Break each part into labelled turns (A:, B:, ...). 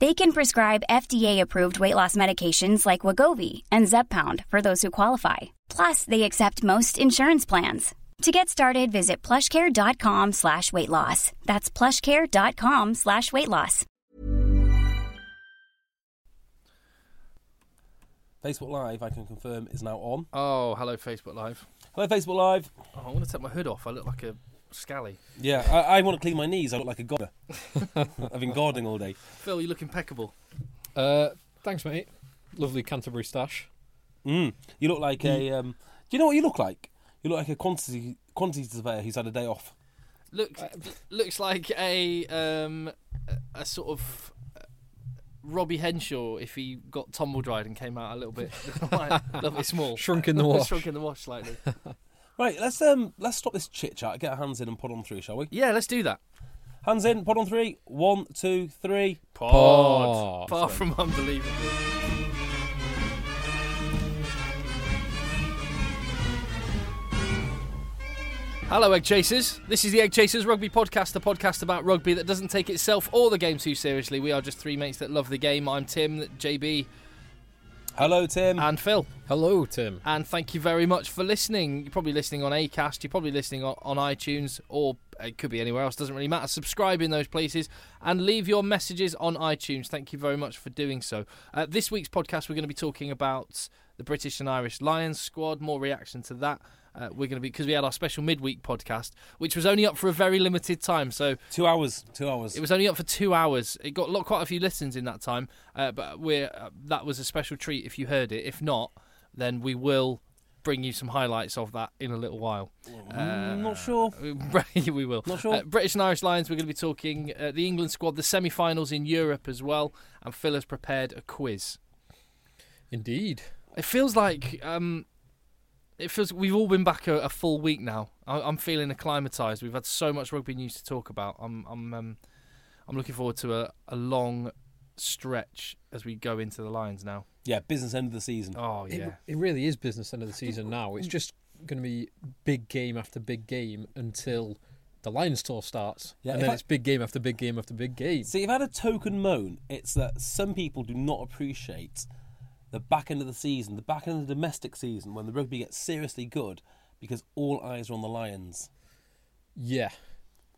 A: They can prescribe FDA-approved weight loss medications like Wagovi and Zepbound for those who qualify. Plus, they accept most insurance plans. To get started, visit plushcare.com slash weight loss. That's plushcare.com slash weight loss.
B: Facebook Live, I can confirm, is now on.
C: Oh, hello, Facebook Live.
B: Hello, Facebook Live.
C: Oh, I want to take my hood off. I look like a scally.
B: Yeah, I, I want to clean my knees. I look like a gardener. I've been gardening all day.
C: Phil, you look impeccable.
D: Uh, thanks, mate. Lovely Canterbury stash.
B: Mm. You look like a. Um, do you know what you look like? You look like a quantity quantity surveyor who's had a day off.
C: Looks
D: Uh,
C: looks like a um, a- a sort of uh, Robbie Henshaw if he got tumble dried and came out a little bit, like, a little bit small,
D: Shrunk in the wash.
C: shrunk in the wash slightly.
B: Right, let's um let's stop this chit chat. Get our hands in and pod on three, shall we?
C: Yeah, let's do that.
B: Hands in, pod on three. One, two, three.
D: Pod.
C: Far from unbelievable. Hello, Egg Chasers. This is the Egg Chasers Rugby Podcast, the podcast about rugby that doesn't take itself or the game too seriously. We are just three mates that love the game. I'm Tim, JB,
B: Hello, Tim.
C: and Phil.
D: Hello, Tim.
C: And thank you very much for listening. You're probably listening on Acast, you're probably listening on, on iTunes, or it could be anywhere else, doesn't really matter. Subscribe in those places and leave your messages on iTunes. Thank you very much for doing so. Uh, this week's podcast, we're going to be talking about the British and Irish Lions squad, more reaction to that. Uh, we're going to be because we had our special midweek podcast, which was only up for a very limited time. So
B: two hours. Two hours.
C: it was only up for two hours. It got lot, quite a few listens in that time, uh, but we're uh, that was a special treat if you heard it. If not, then we will bring you some highlights of that in a little while. Uh,
B: Mm, not sure.
C: we will.
B: Not sure.
C: Uh, British and Irish Lions. We're going to be talking uh, the England squad, the semi-finals in Europe as well, and Phil has prepared a quiz.
D: Indeed.
C: It feels like um, it feels we've all been back a, a full week now. I, I'm feeling acclimatized. We've had so much rugby news to talk about. I'm I'm um, I'm looking forward to a, a long stretch as we go into the Lions now.
B: Yeah, business end of the season.
C: Oh
D: It,
C: yeah,
D: it really is business end of the season now. It's just going to be big game after big game until the Lions tour starts.
B: Yeah, if
D: and then
B: I-
D: it's big game after big game after big game.
B: See, if I had a token moan, it's that some people do not appreciate the back end of the season, the back end of the domestic season, when the rugby gets seriously good, because all eyes are on the Lions.
D: Yeah.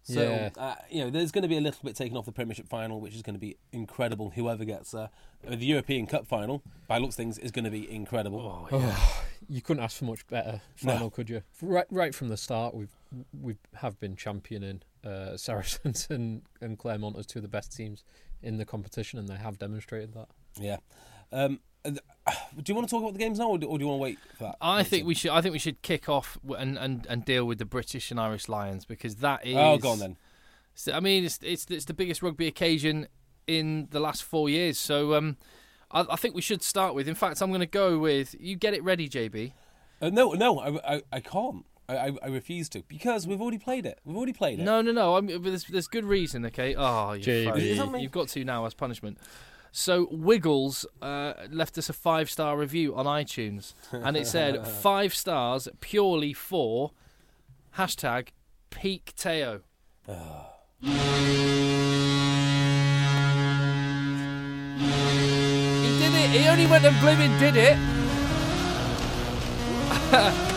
B: So
D: yeah.
B: uh, you know, there's going to be a little bit taken off the Premiership final, which is going to be incredible. Whoever gets there, Uh, the European Cup final, by looks of things, is going to be incredible.
C: Oh.
D: You couldn't ask for much better final, could you? Right, right from the start, we've we have been championing uh, Saracens and, and Claremont as two of the best teams in the competition, and they have demonstrated that.
B: Yeah. Um, and, uh, do you want to talk about the games now, or do, or do you want to wait for that?
C: I think we should. I think we should kick off w- and, and, and deal with the British and Irish Lions because that is.
B: Oh, go on then.
C: So, I mean, it's, it's it's the biggest rugby occasion in the last four years. So um, I, I think we should start with. In fact, I'm going to go with you. Get it ready, JB.
B: Uh, no, no, I, I, I can't. I, I, I refuse to because we've already played it. We've already played it.
C: No, no, no. I'm, but there's, there's good reason, okay? Oh, you
D: JB.
B: Is that me?
C: phone. You've got to now as punishment. So, Wiggles uh, left us a five star review on iTunes, and it said five stars purely for hashtag peak Teo. He did it. He only went and blooming did it.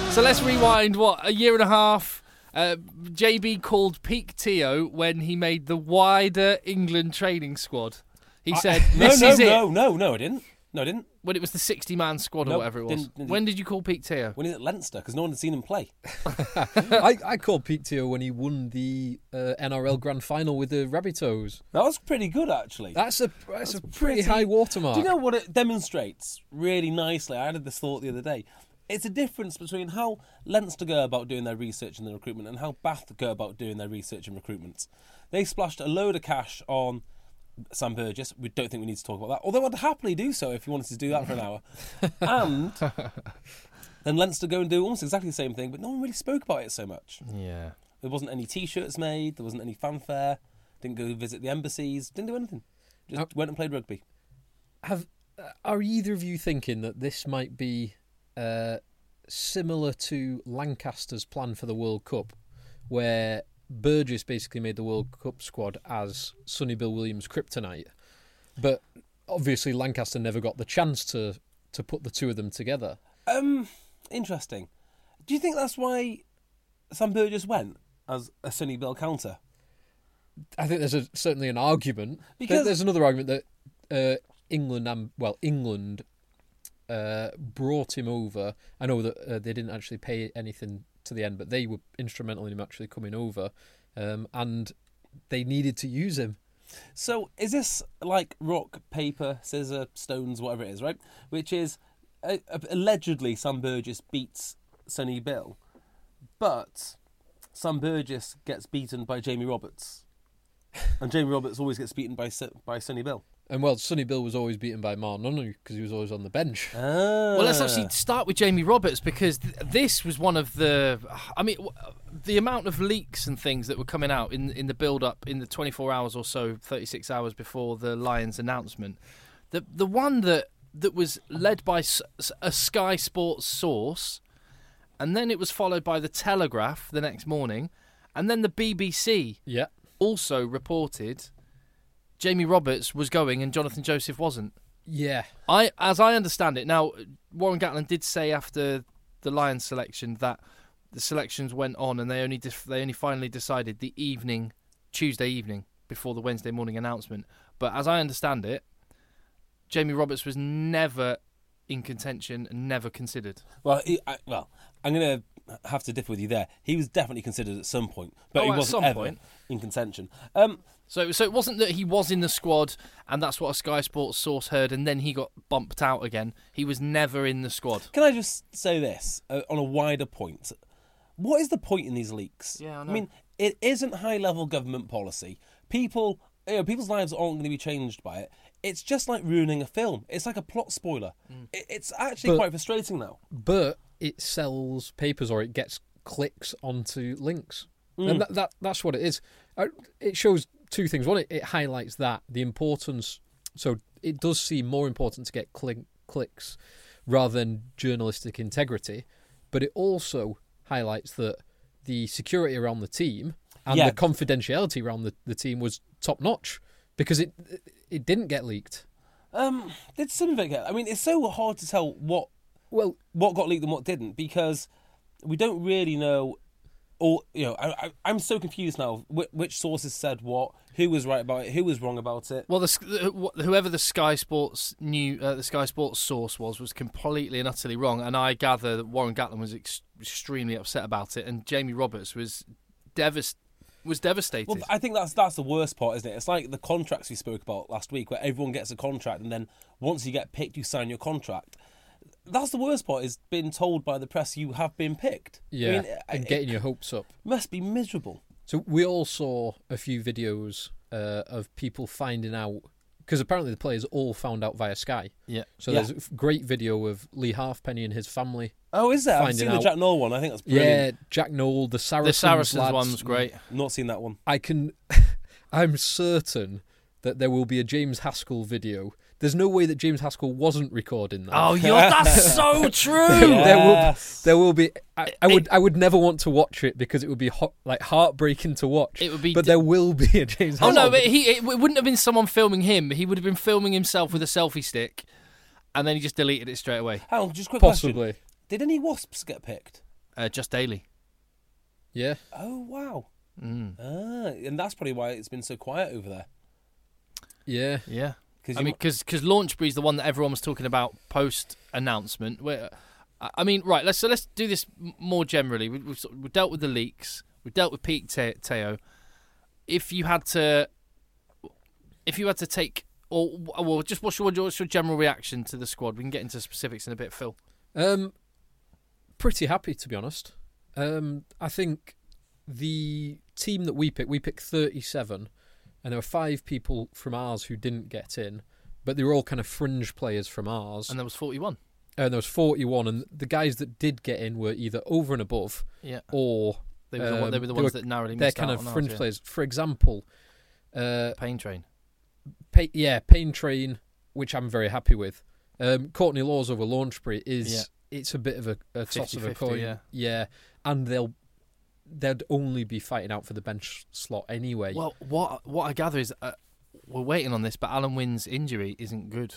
C: so let's rewind. What a year and a half. Uh, JB called peak Teo when he made the wider England training squad. He said,
B: no,
C: "This
B: no,
C: is it."
B: no, no, no, I didn't. No, I didn't.
C: when it was the 60 man squad or
B: Nope,
C: whatever it was.
B: didn't- didn't-
C: when did you call Pete Teo?
B: When he's at Leinster, because no one had seen him play.
D: I, I called Pete Teo when he won the uh, NRL Grand Final with the Rabbitohs.
B: That was pretty good, actually.
D: That's a that's, a pretty,
B: pretty-
D: high watermark.
B: Do you know what it demonstrates really nicely? I had this thought the other day. It's a difference between how Leinster go about doing their research and their recruitment and how Bath go about doing their research and recruitment. They splashed a load of cash on Sam Burgess. We don't think we need to talk about that, although I'd happily do so if you wanted to do that for an hour. and then Leinster go and do almost exactly the same thing, but no one really spoke about it so much.
C: Yeah.
B: There wasn't any T-shirts made. There wasn't any fanfare. Didn't go visit the embassies. Didn't do anything. Just
D: Nope.
B: went and played rugby.
D: Have uh, are either of you thinking that this might be uh, similar to Lancaster's plan for the World Cup, where Burgess basically made the World Cup squad as Sonny Bill Williams' kryptonite, but obviously Lancaster never got the chance to to put the two of them together.
B: Um, interesting. Do you think that's why Sam Burgess went as a Sonny Bill counter?
D: I think there's a, certainly an argument. There-
B: Because-
D: there's another argument that uh, England and well England uh, brought him over. I know that uh, they didn't actually pay anything to the end, but they were instrumental in him actually coming over, um, and they needed to use him.
B: So is this like rock, paper, scissor, stones, whatever it is, right? Which is uh, allegedly Sam Burgess beats Sonny Bill, but Sam Burgess gets beaten by Jamie Roberts, and Jamie Roberts always gets beaten by Son- by Sonny Bill.
D: And well, Sonny Bill was always beaten by Martin Nunnery because he was always on the bench.
B: Uh.
C: Well, let's actually start with Jamie Roberts because th- this was one of the. I mean, w- the amount of leaks and things that were coming out in in the build up in the 24 hours or so, 36 hours before the Lions announcement. The the one that that was led by s- s- a Sky Sports source, and then it was followed by the Telegraph the next morning, and then the BBC
D: Yeah,
C: also reported Jamie Roberts was going and Jonathan Joseph wasn't.
D: yeah.
C: I, as I understand it, now Warren Gatland did say after the Lions selection that the selections went on and they only def- they only finally decided the evening, Tuesday evening before the Wednesday morning announcement. But as I understand it, Jamie Roberts was never in contention, and never considered.
B: Well, he, I, well, I'm going to have to differ with you there. He was definitely considered at some point, but
C: Oh,
B: he
C: at
B: wasn't
C: some
B: ever
C: point.
B: in contention. Um,
C: So so it wasn't that he was in the squad and that's what a Sky Sports source heard and then he got bumped out again. He was never in the squad.
B: can I just say this uh, on a wider point? What is the point in these leaks?
C: Yeah, I know.
B: mean, it isn't high-level government policy. People, you know, people's lives aren't going to be changed by it. It's just like ruining a film. It's like a plot spoiler.
C: Mm.
B: It, it's actually
D: But-
B: quite frustrating now.
D: but it sells papers or it gets clicks onto links
B: Mm.
D: and that, that that's what it is Uh, it shows two things one it, it highlights that the importance so it does seem more important to get click, clicks rather than journalistic integrity but it also highlights that the security around the team and
B: Yeah.
D: the confidentiality around the, the team was top notch because it it didn't get leaked
B: Um, did some of it get? I mean, it's so hard to tell what
D: well
B: what got leaked and what didn't because we don't really know all you know I, I, i'm so confused now which, which sources said what who was right about it who was wrong about it
C: Well, the, sk- the- wh- whoever the Sky Sports new uh, the Sky Sports source was was completely and utterly wrong, and I gather that Warren Gatlin was ex- extremely upset about it, and Jamie Roberts was devast- was devastated.
B: well i think that's that's the worst part isn't it it's like the contracts we spoke about last week where everyone gets a contract and then once you get picked you sign your contract that's the worst part is being told by the press you have been picked I
D: yeah
B: mean, it-
D: and
B: it
D: getting your hopes up
B: must be miserable
D: So we all saw a few videos uh, of people finding out because apparently the players all found out via Sky.
C: yeah,
D: So
B: Yeah.
D: there's a f- great video of Lee Halfpenny and his family.
B: oh is there i've
D: Finding
B: seen
D: out.
B: the jack noel one i think that's brilliant
D: Yeah, Jack Noel, the
C: the
D: Saracens.
C: Saracens
D: lads.
C: one was great.
B: not seen that one
D: I can. I'm certain that there will be a James Haskell video. There's no way that James Haskell wasn't recording that.
C: Oh, you're, that's so true.
D: there will
B: Yes.
D: there will be I, I would I would never want to watch it because it would be hot, like heartbreaking to watch.
C: It would be
D: but
C: d-
D: there will be a James.
C: Oh
D: Haskell
C: no, but he it wouldn't have been someone filming him. He would have been filming himself with a selfie stick, and then he just deleted it straight away.
B: hang on just a quick question
D: possibly.
B: did any wasps get picked
C: Uh, just daily.
D: Yeah.
B: Oh wow! Ah, and that's probably why it's been so quiet over there
D: Yeah.
C: Yeah. I
B: you
C: mean,
B: might-
C: because Launchbury's the one that everyone was talking about post announcement. Where, I I mean, right? Let's so let's do this m- more generally. We, we've, sort of- we've dealt with the leaks. We've dealt with Pete Te- Teo. If you had to, if you had to take, or well, just what's your what's your general reaction to the squad? We can get into specifics in a bit, Phil.
D: Um, pretty happy to be honest. Um, I think the team that we picked, we picked 37, and there were five people from ours who didn't get in, but they were all kind of fringe players from ours.
C: And
D: And,
C: there was forty-one.
D: there was 41, and the guys that did get in were either over and above
C: Yeah,
D: or
C: they were the, one, they
D: Um,
C: were the
D: they
C: ones
D: were-
C: that narrowly
D: they're
C: missed
D: kind
C: out
D: of
C: on
D: fringe
C: ours, yeah.
D: players. For example, uh,
C: Pain train.
D: Pay, yeah, Pain Train, which I'm very happy with. Um, Courtney Laws over Launchbury is it's a bit of a, a toss of a
C: 50-50,
D: coin.
C: yeah.
D: and they'll they'd only be fighting out for the bench slot anyway.
C: Well, what what I gather is uh, we're waiting on this, but Alan Wynn's injury isn't good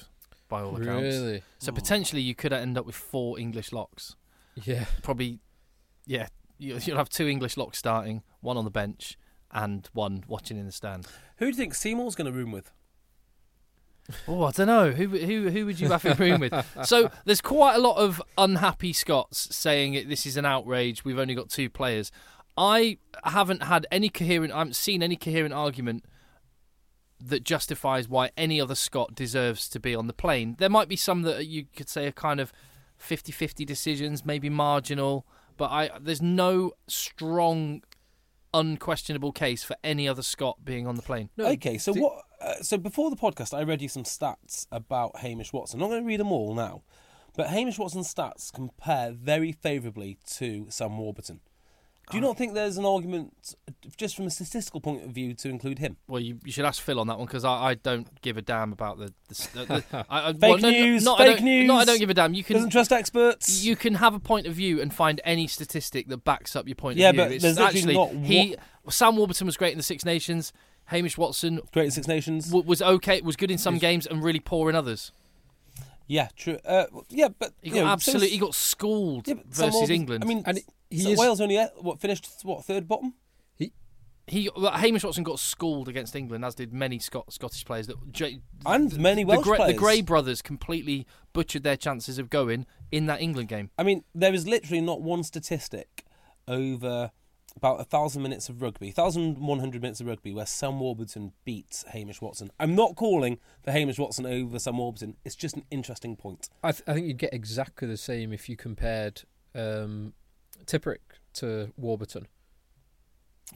C: by all accounts.
D: really,
C: So potentially you could end up with four English locks.
D: yeah,
C: Probably, yeah, you- you'll have two English locks starting, one on the bench, and one watching in the stand.
B: Who do you think Seymour's going to room with?
C: Oh, I don't know who who who would you have in room with. So there's quite a lot of unhappy Scots saying it. This is an outrage. We've only got two players. I haven't had any coherent. I haven't seen any coherent argument that justifies why any other Scot deserves to be on the plane. There might be some that you could say are kind of 50-50 decisions, maybe marginal, but I there's no strong, unquestionable case for any other Scot being on the plane.
B: okay, so what? Uh, so before the podcast, I read you some stats about Hamish Watson. I'm not going to read them all now, but Hamish Watson's stats compare very favourably to Sam Warburton. Do you not think there's an argument, uh, just from a statistical point of view, to include him?
C: Well, you, you should ask Phil on that one because I, I don't give a damn about the. the, the, the I, I,
B: Fake
C: well, no, no,
B: news.
C: not I
B: fake
C: don't-
B: news.
C: Not I don't give a damn. You
B: Doesn't
C: can
B: trust experts.
C: you can have a point of view and find any statistic that backs up your point
B: Yeah,
C: of view.
B: but there's literally
C: actually
B: not
C: he. Sam Warburton was great in the Six Nations. Hamish Watson
B: Great Six Nations.
C: w- was okay, was good in some games and really poor in others.
B: yeah, true. Uh, yeah, but
C: He
B: you
C: got
B: know, so
C: absolutely
B: is-
C: he got schooled
B: yeah, but Sam
C: versus
B: Warburton-
C: England.
B: I mean,
D: and he
B: so
D: is
B: Wales only uh, what finished what third bottom.
C: he well, Hamish Watson got schooled against England, as did many Scot- Scottish players. That J-
B: And many Welsh
C: the, Gre-
B: players.
C: the Gray brothers completely butchered their chances of going in that England game.
B: I mean, there is literally not one statistic over about a thousand minutes of rugby, thousand one hundred minutes of rugby, where Sam Warburton beats Hamish Watson. I'm not calling for Hamish Watson over Sam Warburton. It's just an interesting point.
D: I, th- I think you'd get exactly the same if you compared um, Tipperick to Warburton.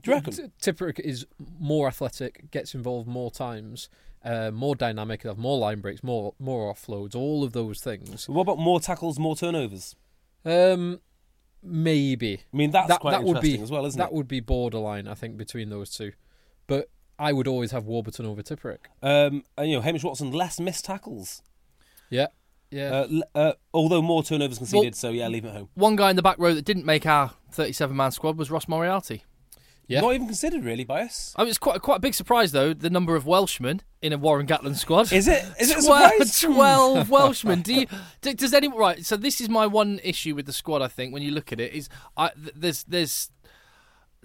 B: Do you reckon?
D: T- Tipperick is more athletic, gets involved more times, uh, more dynamic, he'll have more line breaks, more more offloads, all of those things.
B: So what about more tackles, more turnovers?
D: Um, maybe
B: I mean, that's
D: that
B: quite
D: that would
B: interesting
D: be
B: as well, isn't
D: that
B: it?
D: would be borderline, I think, between those two. But I would always have Warburton over Tipperick.
B: Um, and, you know, Hamish Watson less missed tackles,
D: Yeah, yeah.
B: uh, l- uh, although more turnovers conceded.
C: Well-
B: so yeah, leave him at home.
C: One guy in the back row that didn't make our 37 man squad was Ross Moriarty.
D: Yeah.
B: Not even considered really by us.
C: I mean, it's quite quite a big surprise though the number of Welshmen in a Warren Gatland squad.
B: Is it? Is it a
C: 12,
B: surprise?
C: 12 Welshmen. Do you, do, does anyone right? So this is my one issue with the squad. I think when you look at it, is I th- there's there's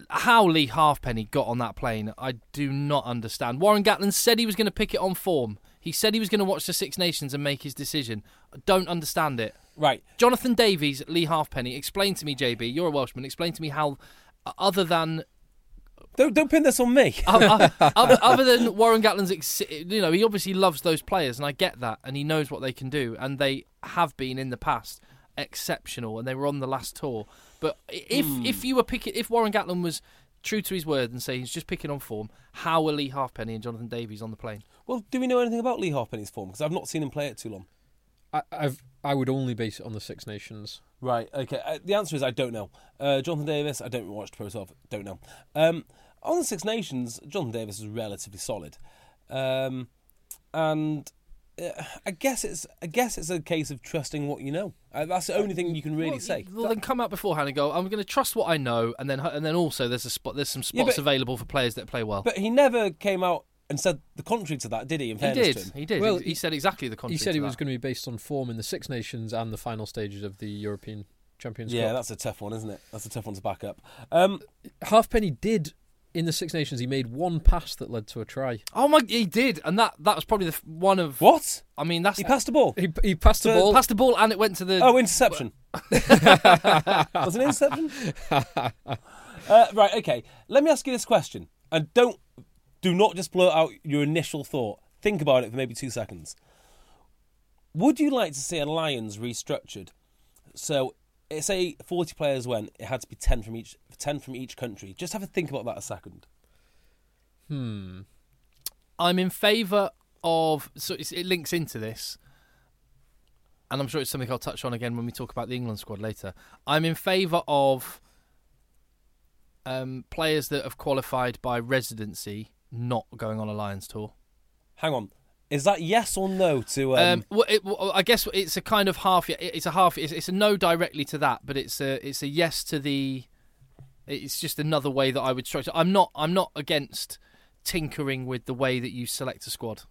C: how Lee Halfpenny got on that plane. I do not understand. Warren Gatland said he was going to pick it on form. He said he was going to watch the Six Nations and make his decision. I don't understand it.
B: Right.
C: Jonathan Davies, Lee Halfpenny, explain to me, JB, you're a Welshman, explain to me how, other than
B: Don't don't pin this on me.
C: other, other, other than Warren Gatlin's, ex- you know, he obviously loves those players, and I get that, and he knows what they can do, and they have been in the past exceptional, and they were on the last tour. But i- if
B: Hmm.
C: if you were picking, if Warren Gatlin was true to his word and say he's just picking on form, how are Lee Halfpenny and Jonathan Davies on the plane?
B: Well, do we know anything about Lee Halfpenny's form? Because I've not seen him play it too long.
D: I, I've I would only base it on the Six Nations.
B: Right. Okay. Uh, the answer is I don't know. Uh, Jonathan Davis, I don't watch Pro 12. Don't know. Um, on the Six Nations, Jonathan Davis is relatively solid, um, and uh, I guess it's I guess it's a case of trusting what you know. Uh, that's the only thing you can really
C: well,
B: say.
C: Well, then come out beforehand and go. I'm going to trust what I know, and then and then also there's a spot. There's some spots
B: Yeah, but-
C: available for players that play well.
B: But he never came out and said the contrary to that, did he? In
C: He
B: fairness
C: did.
B: to him,
C: He did.
D: Well,
C: he, he
D: he-
C: said exactly the contrary.
D: he said
C: to
D: he
C: that.
D: was going to be based on form in the Six Nations and the final stages of the European Champions
B: yeah,
D: Cup.
B: that's a tough one, isn't it? That's a tough one to back up. Um,
D: Halfpenny did in the Six Nations, he made one pass that led to a try.
C: Oh my, he did, and that that was probably the f- one of.
B: What?
C: I mean, that's
B: He passed the ball.
D: He, he passed the
B: So-
D: ball.
C: passed the ball and it went to the.
B: Oh, interception. was it an interception? uh, right. Okay. Let me ask you this question, and don't do not just blurt out your initial thought. Think about it for maybe two seconds. Would you like to see a Lions restructured? So, eh, say forty players went. It had to be ten from each. Ten from each country. Just have a think about that a second.
C: I'm in favour of. So it's, it links into this, and I'm sure it's something I'll touch on again when we talk about the England squad later. I'm in favour of um, players that have qualified by residency not going on a Lions tour.
B: Hang on. Is that yes or no to? Um,
C: Um, well, it, well, I guess it's a kind of half. It's a half. It's, it's a no directly to that, but it's a it's a yes to the. It's just another way that I would structure. I'm not. I'm not against tinkering with the way that you select a squad,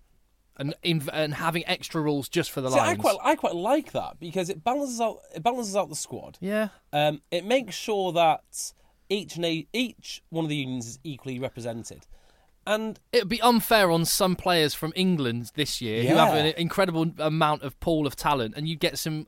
C: and in, and having extra rules just for the
B: see, I
C: Lions.
B: quite I quite like that because it balances out it balances out the squad.
C: yeah.
B: Um, it makes sure that each na- each one of the unions is equally represented. And
C: It'd be unfair on some players from England this year who have
B: Yeah.
C: an incredible amount of pool of talent, and you get some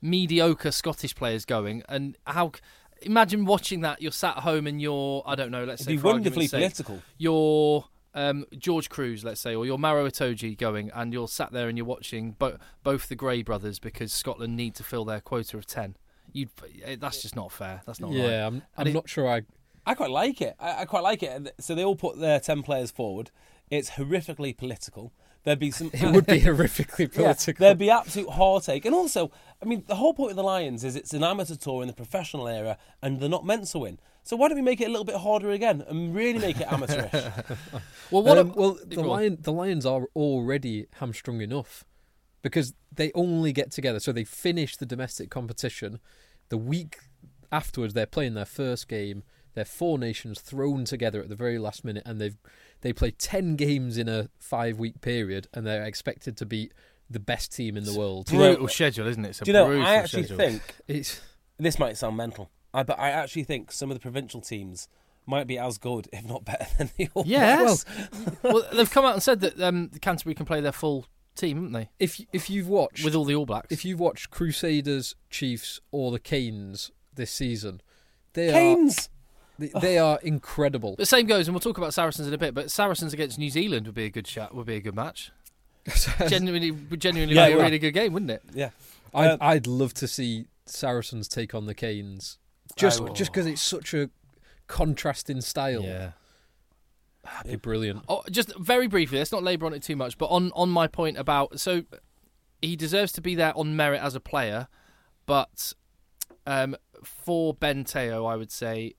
C: mediocre Scottish players going. And how? c- Imagine watching that. You're sat at home and you're, I don't know, let's
B: It'd
C: say,
B: be
C: for argument's
B: wonderfully
C: sake,
B: political.
C: You're um, George Cruz, let's say, or you're Maro Itoji going, and you're sat there and you're watching bo- both the Gray brothers because Scotland need to fill their quota of ten. You'd, eh, that's just not fair. That's not right.
D: yeah, I'm, I'm
C: it-
D: not sure I.
B: I quite like it. I, I quite like it. And So they all put their ten players forward. It's horrifically political. There'd be some.
D: It would be horrifically
B: Yeah,
D: political.
B: there'd be absolute heartache. And also, I mean, the whole point of the Lions is it's an amateur tour in the professional era, and they're not meant to win. So why don't we make it a little bit harder again and really make it amateurish?
C: Well, what?
D: Um,
C: a-
D: well,
C: go
D: the
C: on.
D: lion, the Lions are already hamstrung enough because they only get together. So they finish the domestic competition. The week afterwards, they're playing their first game. They're four nations thrown together at the very last minute, and they've they play ten games in a five week period, and they're expected to beat the best team in the world.
B: Do you know-
C: brutal schedule, isn't it? It's a
B: Do you know?
C: brutal
B: I actually
C: schedule.
B: think
D: It's
B: this might sound mental, I, but I actually think some of the provincial teams might be as good, if not better, than the All
C: Yes. Well, they've come out and said that um, Canterbury can play their full team, haven't they?
D: if if you've watched
C: With all the All Blacks.
D: if you've watched Crusaders, Chiefs, or the Canes this season, they are
B: Canes.
D: they, they are incredible.
C: but same goes, and we'll talk about Saracens in a bit. But Saracens against New Zealand would be a good shot. Would be a good match. genuinely, would genuinely
B: Yeah,
C: be
B: it
C: a
B: would.
C: really good game, wouldn't it?
B: Yeah.
D: I'd,
B: Um,
D: I'd love to see Saracens take on the Canes, just
B: would.
D: just because it's such a contrasting style. That'd be brilliant.
C: Oh, just very briefly, let's not labour on it too much. But on on my point about so he deserves to be there on merit as a player, but um, for Ben Teo, I would say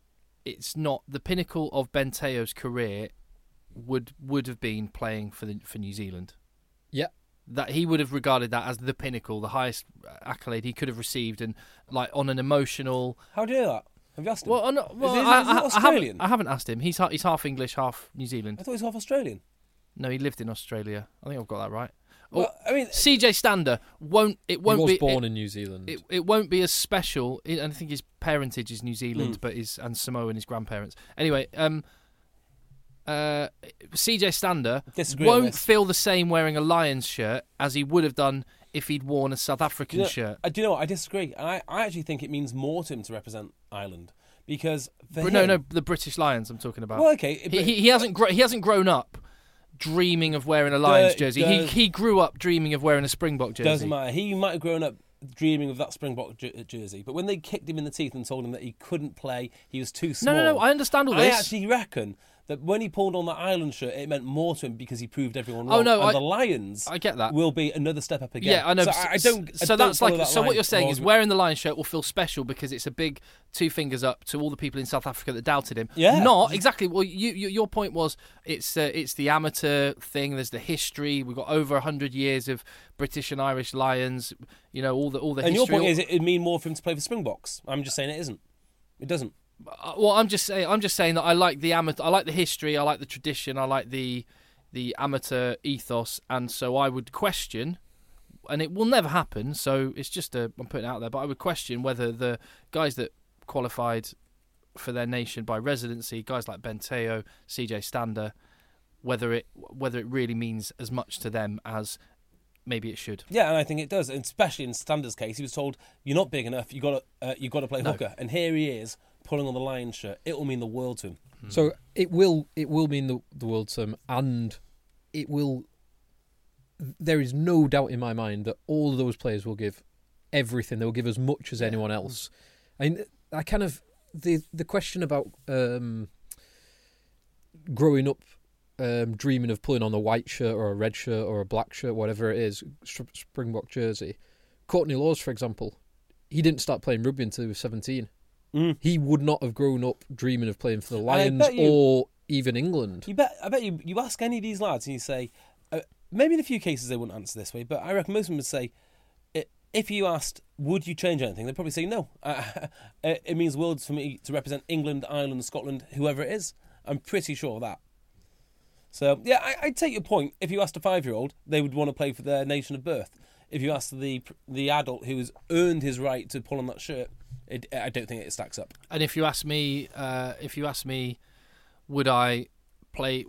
C: it's not the pinnacle of Ben Teo's career would would have been playing for the, for New Zealand.
D: Yeah,
C: that he would have regarded that as the pinnacle, the highest uh, accolade he could have received, and like on an emotional.
B: How do you know that? Have you asked him?
C: Well, on, well,
B: is he,
C: I,
B: is he
C: I- I
B: Australian?
C: haven't, I haven't asked him. He's ha- he's half English, half New Zealand.
B: I thought he was half Australian.
C: No, he lived in Australia. I think I've got that right. Oh,
B: Well, I mean,
C: CJ Stander won't. It
D: he
C: won't
D: was
C: be.
D: born
C: it,
D: in New Zealand.
C: it, it won't be as special. I I think his parentage is New
B: Hmm.
C: Zealand, but his and Samoan his grandparents. Anyway, um, uh, CJ Stander
B: Disagree on
C: won't
B: this.
C: feel the same wearing a Lions shirt as he would have done if he'd worn a South
B: do
C: African
B: you know,
C: shirt.
B: I do you know what? I disagree. And I, I actually think it means more to him to represent Ireland because for
C: Br- no,
B: him-
C: no, the British Lions. I'm talking about.
B: Well, okay,
C: He,
B: but-
C: he, he hasn't gro- he hasn't grown up dreaming of wearing a Lions jersey.
B: does-
C: he he grew up dreaming of wearing a Springbok jersey.
B: doesn't matter. He might have grown up dreaming of that Springbok jer- jersey, but when they kicked him in the teeth and told him that he couldn't play, he was too
C: No,
B: small.
C: no, no. I understand all
B: I
C: this.
B: actually reckon that when he pulled on the Ireland shirt, it meant more to him because he proved everyone
C: Oh,
B: wrong.
C: no,
B: and
C: I-
B: the Lions,
C: I get that.
B: will be another step up again.
C: yeah, I know.
B: So
C: S-
B: I, I don't.
C: s-
B: I
C: So
B: don't
C: that's
B: follow
C: like.
B: that
C: So what
B: line
C: you're saying is
B: wrong.
C: wearing the Lions shirt will feel special because it's a big two fingers up to all the people in South Africa that doubted him.
B: Yeah.
C: Not exactly. Well, you, you your point was it's uh, it's the amateur thing. There's the history. We've got over hundred years of British and Irish Lions. You know all the all the
B: And your
C: history.
B: point
C: all-
B: is it would mean more for him to play for Springboks. I'm just saying it isn't. It doesn't.
C: Uh, well, I'm just saying. I'm just saying that I like the amateur. I like the history. I like the tradition. I like the the amateur ethos. And so I would question, and it will never happen. So it's just a I'm putting it out there. But I would question whether the guys that qualified for their nation by residency. Guys like Benteo, CJ Stander, whether it whether it really means as much to them as maybe it should.
B: Yeah, and I think it does, and especially in Standard's case, he was told, "You're not big enough. You got to uh, you got to play hooker." And here he is pulling on the Lions shirt. It will mean the world to him.
D: So it will it will mean the the world to him, and it will. There is no doubt in my mind that all those players will give everything. They will give as much as anyone else. I mean, I kind of the the question about um, growing up, um, dreaming of pulling on a white shirt or a red shirt or a black shirt, whatever it is, Sp- Springbok jersey. Courtney Laws, for example, he didn't start playing rugby until he was seventeen. He would not have grown up dreaming of playing for the
B: Mm. I
D: Lions
B: bet you-
D: or even England.
B: You bet. I bet you. You ask any of these lads, and you say, uh, maybe in a few cases they wouldn't answer this way, but I reckon most of them would say, i- if you asked, would you change anything? They'd probably say no. Uh, it it means worlds for me to represent England, Ireland, Scotland, whoever it is. I'm pretty sure of that. So yeah, I, I take your point. If you asked a five-year-old, they would want to play for their nation of birth. If you asked the the adult who has earned his right to pull on that shirt, it, I don't think it stacks up.
C: And if you ask me, uh, if you ask me, would I play?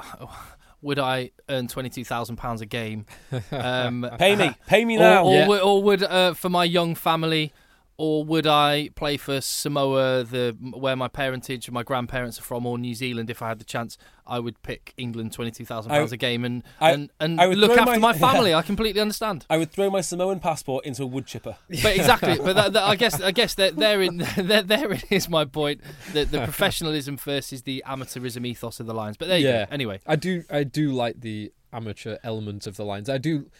C: Would I earn twenty two thousand pounds a game? Um,
B: Pay me, pay me
C: or,
B: now.
C: or
D: Yeah.
C: would, or would uh, for my young family, or would I play for Samoa, the where my parentage, my grandparents are from, or New Zealand? If I had the chance, I would pick England twenty two thousand pounds
B: I-
C: a game and
B: I-
C: and, and
B: I would
C: look
B: throw
C: after
B: my-
C: my, family. I completely understand.
B: I would throw my Samoan passport into a wood chipper.
C: But exactly, but that, that, I guess I guess that therein there therein is my point that the professionalism versus the amateurism ethos of the Lions. But there you
D: Yeah.
C: go. Anyway,
D: I do I do like the amateur element of the lines. I do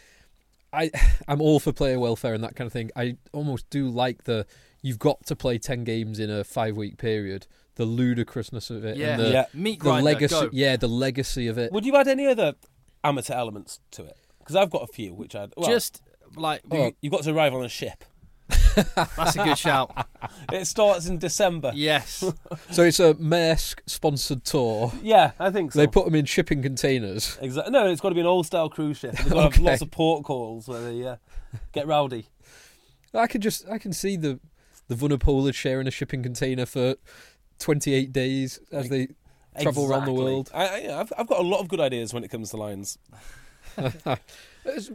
D: I I'm all for player welfare and that kind of thing. I almost do like the you've got to play 10 games in a 5 week period. The ludicrousness of it
C: yeah,
D: and the,
B: Yeah.
C: meat
D: the
C: grinder.
D: legacy
C: go.
D: yeah, the legacy of it.
B: Would you add any other amateur elements to it? Because I've got a few, which I'd well, just
C: Just like
B: you, you've got to arrive on a ship.
C: that's a good shout.
B: It starts in December. Yeah,
C: Yes.
D: So it's a Maersk sponsored tour.
B: I think so.
D: They put them in shipping containers.
B: exactly. No, it's got to be an old-style cruise ship. They've got to have
D: Okay.
B: lots of port calls where they uh, get rowdy.
D: I can just I can see the the Vunapola sharing a shipping container for 28 days as they travel around the
B: Exactly.
D: world.
B: I, I, I've, I've got a lot of good ideas when it comes to lions.
D: It's-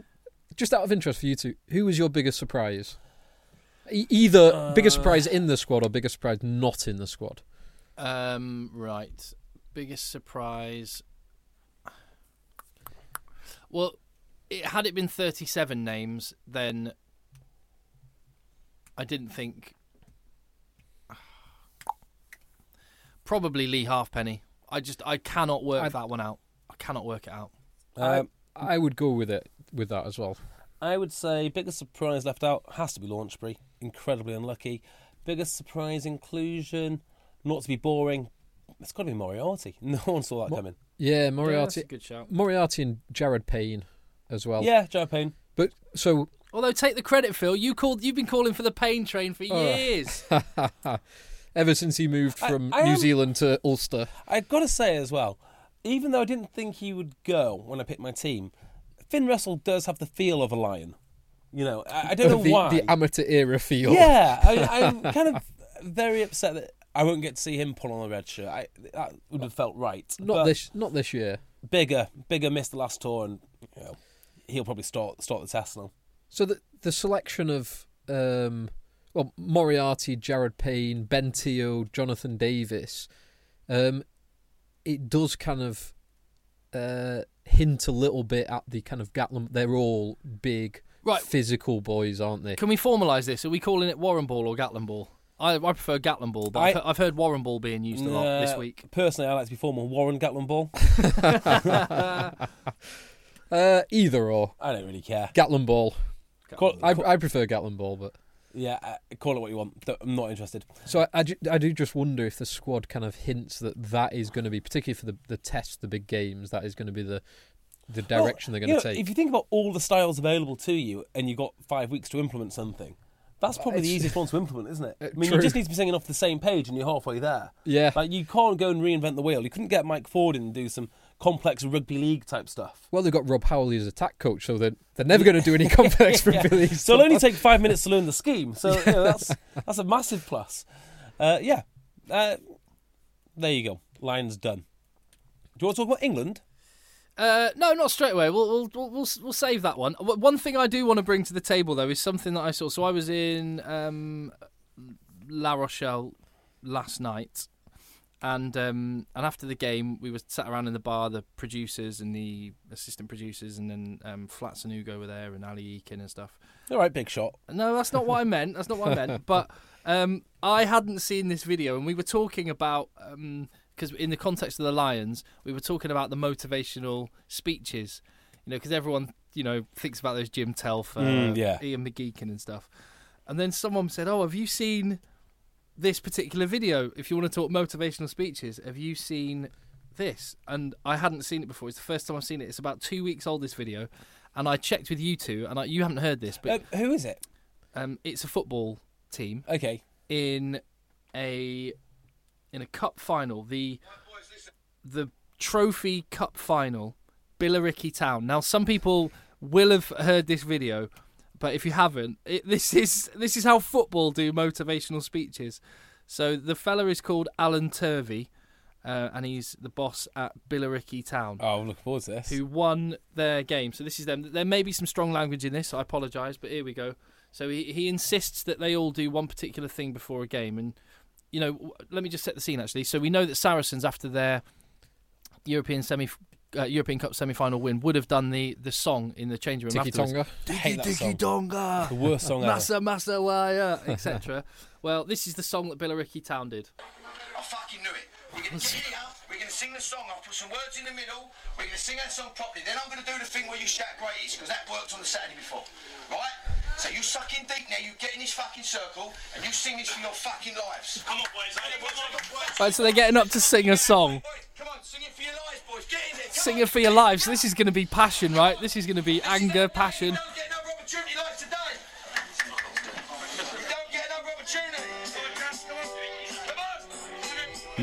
D: Just out of interest for you two, who was your biggest surprise? E- either biggest
B: Uh,
D: surprise in the squad or biggest surprise not in the squad.
C: Um, right. Biggest surprise. Well, it, had it been 37 names, then I didn't think. Probably Lee Halfpenny. I just I cannot work
D: I-
C: that one out. I cannot work it out.
B: Um,
D: I, I would go with it with that as well.
B: I would say biggest surprise left out has to be Launchbury. Incredibly unlucky. Biggest surprise inclusion, not to be boring. It's got to be Moriarty. No one saw that coming.
D: Yeah,
C: Yeah, that's a
D: Moriarty,
C: good shout.
D: Moriarty and Jared Payne as well.
B: Yeah, Joe Payne.
D: but so
C: Although take the credit, Phil. You called. You've been calling for the pain train for years.
D: ever since he moved
B: I-
D: from
B: I
D: New
B: am-
D: Zealand to Ulster,
B: I gotta say as well, even though I didn't think he would go when I picked my team, Finn Russell does have the feel of a lion. You know, I, I don't know
D: the,
B: why.
D: the amateur era feel.
B: yeah, I, I'm kind of very upset that I won't get to see him pull on the red shirt. I, that would have felt right.
D: not
B: but
D: this, not this year.
B: Bigger, bigger missed the last tour, and you know, he'll probably start start the test now.
D: So the the selection of um, well Moriarty, Jared Payne, Bentio, Jonathan Davis, um, it does kind of uh, hint a little bit at the kind of Gatlin. They're all big,
C: Right.
D: physical boys, aren't they?
C: Can we formalise this? Are we calling it Warren Ball or Gatlin Ball? I, I prefer Gatlin Ball, but I, have
B: I-
C: I've heard Warren Ball being used a lot this
B: Nah,
C: week.
B: Personally, I like to be formal. Warren Gatlin Ball.
D: Uh, either or
B: I don't really care.
D: Gatlin ball.
B: Call,
D: I, I prefer Gatlin ball, but
B: yeah, uh, call it what you want. Don't- I'm not interested.
D: so I, I, ju- I do just wonder if the squad kind of hints that that is going to be particularly for the the test, the big games. That is going to be the the direction
B: Well,
D: they're
B: you
D: going
B: know,
D: to take.
B: If you think about all the styles available to you, and you've got five weeks to implement something, that's probably the
D: it's- Uh,
B: easiest one to implement, isn't it? I mean,
D: true.
B: you just need to be singing off the same page, and you're halfway there.
D: Yeah.
B: like you can't go and reinvent the wheel. You couldn't get Mike Ford in and do some complex rugby league type stuff.
D: Well, they've got Rob Howley as attack coach, so they're, they're never going to do any complex rugby league
B: So it'll
D: stuff.
B: only take five minutes to learn the scheme. So you know, that's that's a massive plus. Uh, yeah, Uh, there you go. Lions done. Do you want to talk about England?
C: Uh, no, not straight away. We'll we'll, we'll we'll we'll save that one. W- One thing I do want to bring to the table though is something that I saw. So I was in um, La Rochelle last night, and um, and after the game we were sat around in the bar. The producers and the assistant producers, and then um, Flats and Hugo were there, and Ali Eakin and stuff.
B: All right, big shot.
C: No, that's not what I meant. That's not what I meant. But um, I hadn't seen this video, and we were talking about because in the context of the Lions, we were talking about the motivational speeches. You know, because everyone you know thinks about those Jim Telfer,
B: Mm, yeah.
C: Ian McGeechan, and stuff. And then someone said, "Oh, have you seen this particular video? If you want to talk motivational speeches, have you seen this?" And I hadn't seen it before. It's the first time I've seen it. It's about two weeks old. This video. And I checked with you two, and I, you haven't heard this, but
B: Uh, who is it?
C: um, it's a football team
B: Okay.
C: in a in a cup final, the the trophy cup final, Billericay Town. Now, some people will have heard this video, but if you haven't, it, this is this is how football do motivational speeches. So the fella is called Alan Turvey, uh, and he's the boss at Billericay Town
B: Oh, I'm looking forward to this.
C: who won their game. So this is them. There may be some strong language in this. I apologise, but here we go. So he, he insists that they all do one particular thing before a game, and you know, w- let me just set the scene actually. So we know that Saracens after their European semi. Uh, European Cup semi-final win would have done the the song in the change room.
D: Tiki
C: afterwards.
D: Tonga.
B: I hate that song.
C: Donga,
B: The worst song ever.
C: Massa Massa Wire, etc. well, this is the song that Billericay Town did.
E: I fucking knew it. We're gonna get it up, we're gonna sing the song, I'll put some words in the middle, we're gonna sing that song properly, then I'm gonna do the thing where you shout greatest, because that worked on the Saturday before. Right? So you suck in deep now, you get in this fucking circle, and you sing this for your fucking lives. Come on, boys, eh?
C: Right, so they're getting up to sing a song.
E: Come on, sing it for your lives, boys, get in there. come
C: Sing
E: on.
C: it for your lives. This is going to be passion, right? This is going to be anger, passion.
E: You don't get another opportunity like today. You don't get another opportunity. Come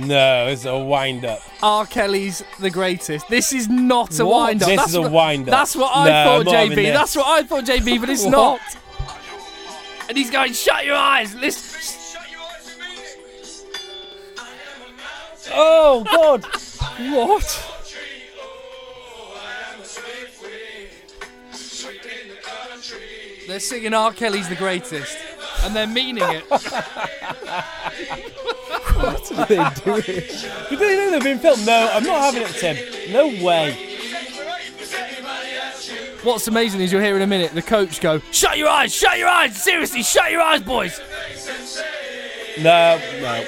E: on.
B: No, it's a wind up.
C: R. Kelly's the greatest. This is not a wind up.
B: This is a wind-up.
C: That's what I
B: No, I'm
C: thought,
B: not having
C: JB.
B: this.
C: That's what I thought, JB, but it's
D: What?
C: not. And he's going, shut your eyes. Listen.
E: Shut your eyes and mean it.
B: Oh God!
C: What? They're singing R. Kelly's the greatest. And they're meaning it.
B: they do it. You don't know they're being filmed. No, I'm not having it, Tim. No way.
C: What's amazing is you'll hear in a minute the coach go, shut your eyes, shut your eyes. Seriously, shut your eyes, boys.
B: No, no.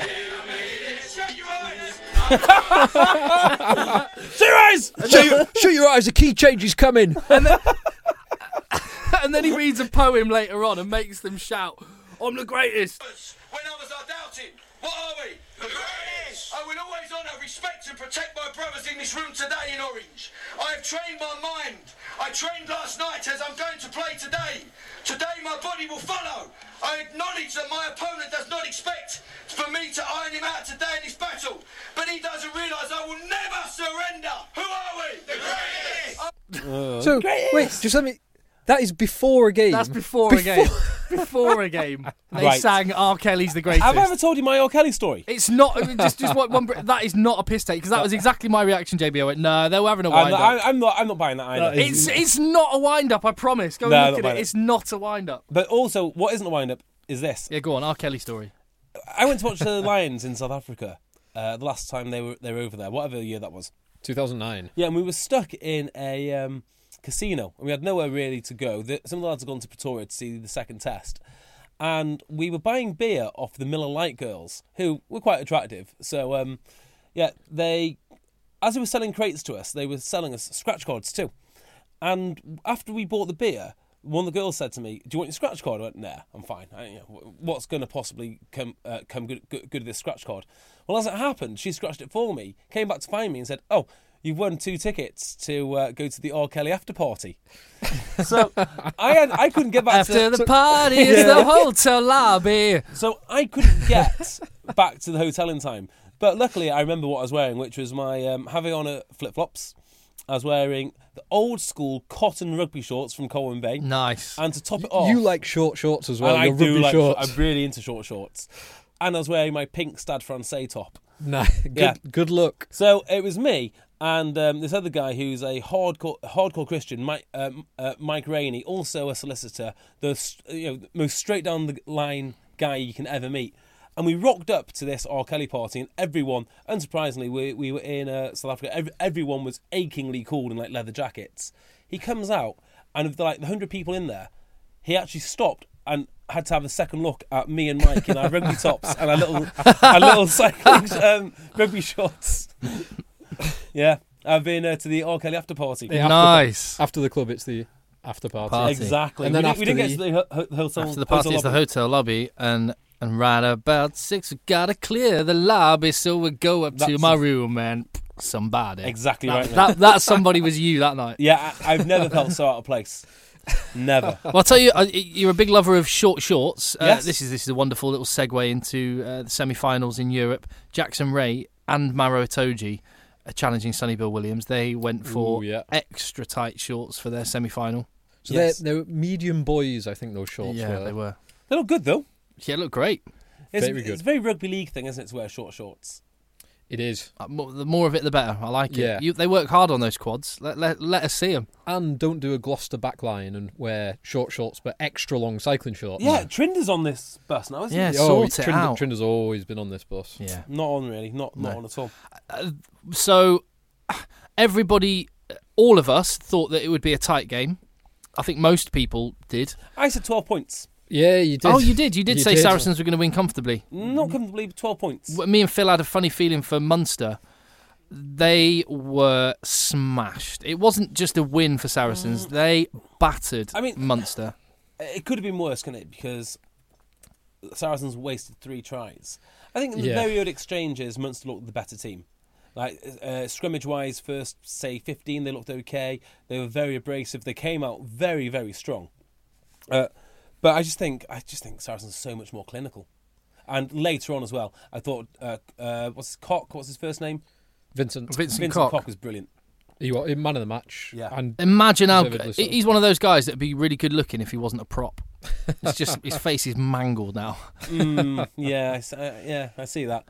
E: Shut your eyes.
B: Serious?
D: Shut your, shut your eyes, the key change is coming.
C: and then he reads a poem later on and makes them shout, I'm the greatest.
E: When others are doubting, what are we? The greatest. I will always honour, respect, and protect my brothers in this room today in orange. I have trained my mind. I trained last night as I'm going to play today. Today my body will follow. I acknowledge that my opponent does not expect for me to iron him out today in this battle, but he doesn't realise I will never surrender. Who are we? The
D: so,
E: greatest.
D: wait, just let me. That is before a game.
C: That's before, a game. Before a game, they
B: Right.
C: sang R. Kelly's the greatest.
B: Have I ever told you my old Kelly story?
C: it's not just just what one. br- That is not a piss take because that was exactly my reaction. JB, I went, no, they were having a
B: I'm
C: wind
B: not,
C: up.
B: I'm- I'm not. I'm not buying that either.
D: That is-
C: It's it's not a wind up. I promise. Go
B: No,
C: and
B: not
C: look at
B: wind
C: it.
B: up.
C: It's not a wind up.
B: but also, what isn't a wind up is this.
C: Yeah, go on. R. Kelly story.
B: I went to watch the Lions in South Africa uh, the last time they were they were over there, whatever year that was.
D: 2009.
B: Yeah, and we were stuck in a um, casino, and we had nowhere really to go. The, some of the lads had gone to Pretoria to see the second test, and we were buying beer off the Miller Lite girls, who were quite attractive. So, um, yeah, they, as they were selling crates to us, they were selling us scratch cards too. And after we bought the beer, one of the girls said to me, "Do you want your scratch card?" I went, "Nah, I'm fine. I, you know, wh- what's going to possibly come uh, come good, good, good of this scratch card?" Well, as it happened, she scratched it for me, came back to find me, and said, "Oh, you've won two tickets to uh, go to the R. Kelly after party." so I had, I couldn't get back
C: After
B: to
C: the party, it's the hotel lobby.
B: so I couldn't get back to the hotel in time. But luckily, I remember what I was wearing, which was my um, having on a flip flops I was wearing the old school cotton rugby shorts from Colwyn Bay.
C: Nice.
B: And to top it off,
D: You like short shorts as well.
B: oh. and I
D: Your
B: do
D: rugby
B: like.
D: shorts.
B: I'm really into short shorts, and I was wearing my pink Stade Francais top.
D: Nah, good,
B: Yeah.
D: good luck.
B: So it was me and um, this other guy who's a hardcore hardcore Christian, Mike um, uh, Mike Rainey, also a solicitor, the s- you know the most straight down the line guy you can ever meet. And we rocked up to this R. Kelly party, and everyone, unsurprisingly, we, we were in uh, South Africa. Ev- everyone was achingly cool in like leather jackets. He comes out, and of the, like the hundred people in there, he actually stopped and had to have a second look at me and Mike in our rugby tops and our little our little cycling um, rugby shorts. Yeah, I've been uh, to the R Kelly after party.
D: Yeah, after
C: nice.
D: The, after the club, it's the after party.
C: Party.
B: Exactly.
D: And
B: we,
D: then
B: didn't, we
D: after
B: didn't get to the ho- ho- hotel.
C: After the party, it's the
B: lobby.
C: hotel lobby, and and right about six, we gotta clear the lobby, so we go up to
B: That's
C: my
B: a-
C: room and somebody.
B: Exactly
C: that,
B: right, mate.
C: That, that somebody was you that night.
B: Yeah, I, I've never felt so out of place. Never.
C: Well, I'll tell you, uh, y- you're a big lover of short shorts. Uh,
B: Yes.
C: This is this is a wonderful little segue into uh, the semi-finals in Europe. Jackson Ray and Maro Itoji are challenging Sonny Bill Williams. They went for
D: Ooh, Oh, yeah.
C: extra tight shorts for their semi-final.
D: So
B: Yes.
D: they're, they're medium boys, I think those shorts
C: yeah,
D: were.
C: they were.
B: They look good though.
C: Yeah, look great.
B: It's,
D: Very good.
B: it's a very rugby league thing, isn't it? To wear short shorts.
D: It is.
C: Uh, mo- The more of it, the better. I like it.
D: Yeah.
C: You, they work hard on those quads. Let, let, let us see them.
D: And don't do a Gloucester backline and wear short shorts but extra long cycling shorts.
B: Yeah, Trinder's on this bus now, isn't
C: Yeah,
B: he?
D: Oh,
C: sort it
D: Trinder-
C: out.
D: Trinder's always been on this bus.
C: Yeah.
B: Not on really. Not not
C: No.
B: on at all.
C: Uh, So everybody, uh, all of us, thought that it would be a tight game. I think most people did.
B: I said twelve points.
D: Yeah, you did.
C: Oh, you did. You did say Saracens were going to win comfortably.
B: Not comfortably twelve points.
C: W- Me and Phil had a funny feeling for Munster. They were smashed. It wasn't just a win for Saracens. They battered
B: I mean-
C: Munster.
B: it could have been worse, couldn't it? Because Saracens wasted three tries. I think in the
D: Yeah.
B: very odd exchanges, Munster looked the better team. Like uh, scrimmage wise, first say fifteen, they looked okay. They were very abrasive. They came out very very strong. Uh, but I just think I just think Saracens are so much more clinical. And later on as well, I thought uh, uh, what's his Cock? What's his first name?
D: Vincent.
C: Vincent,
B: Vincent
C: Cock.
B: Cock, was brilliant.
D: He was man of the match.
B: Yeah.
D: And
C: Imagine how
D: Deservedly so.
C: he's one of those guys that'd be really good looking if he wasn't a prop. It's just his face is mangled now.
B: Mm, yeah, I s- uh, yeah, I see that.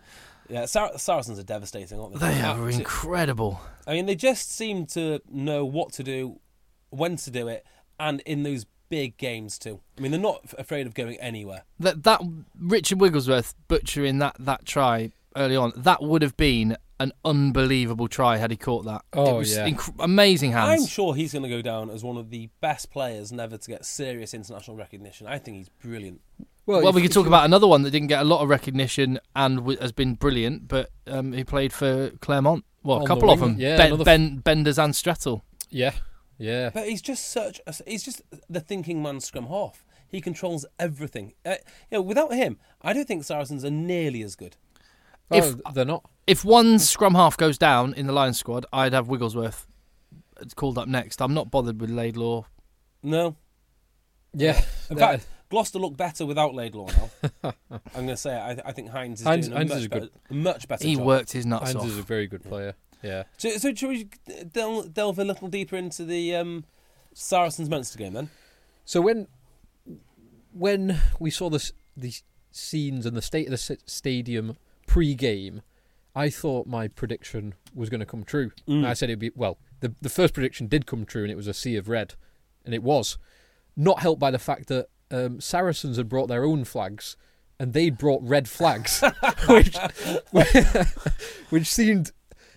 B: Yeah, Sar- Saracens are devastating, aren't they?
C: They are
B: Absolutely
C: incredible.
B: I mean, they just seem to know what to do, when to do it, and in those big games too. I mean, they're not f- afraid of going anywhere.
C: That that Richard Wigglesworth butchering that that try early on. That would have been an unbelievable try had he caught that. it
D: Oh,
C: was
D: yeah.
C: inc- amazing hands.
B: I'm sure he's going to go down as one of the best players never to get serious international recognition. I think he's brilliant.
D: well,
C: well,
D: if-
C: we could
D: if
C: talk
D: you-
C: about another one that didn't get a lot of recognition and w- has been brilliant, but um, he played for Claremont. Well,
D: On
C: a
D: the
C: couple of
D: wing,
C: them.
D: yeah,
C: ben,
D: another f-
C: ben, Benders and Strettel.
D: Yeah. Yeah.
B: But he's just such a, he's just the thinking man scrum half. He controls everything. Uh, you know, without him, I don't think Saracens are nearly as good.
D: Oh,
C: if-
D: they're not.
C: If
D: Hmm.
C: one scrum half goes down in the Lions squad, I'd have Wigglesworth called up next. I'm not bothered with Laidlaw.
B: No.
D: Yeah.
B: In
D: they're-
B: fact, Gloucester look better without Laidlaw now. I'm going to say it. I, th- I think Hines is
D: Hines-
B: doing a
D: Hines
B: much,
D: is a
B: better,
D: good-
B: much better
C: He
B: job.
C: worked his nuts
D: Hines
C: off.
D: is a very good player. Yeah.
B: So, so should we del- delve a little deeper into the um, Saracens Munster game then?
D: So when when we saw this the scenes and the state of the s- stadium pre-game, I thought my prediction was going to come true. And I said it'd be well. The the first prediction did come true, and it was a sea of red, and it was not helped by the fact that um, Saracens had brought their own flags. And they brought red flags, which, which seemed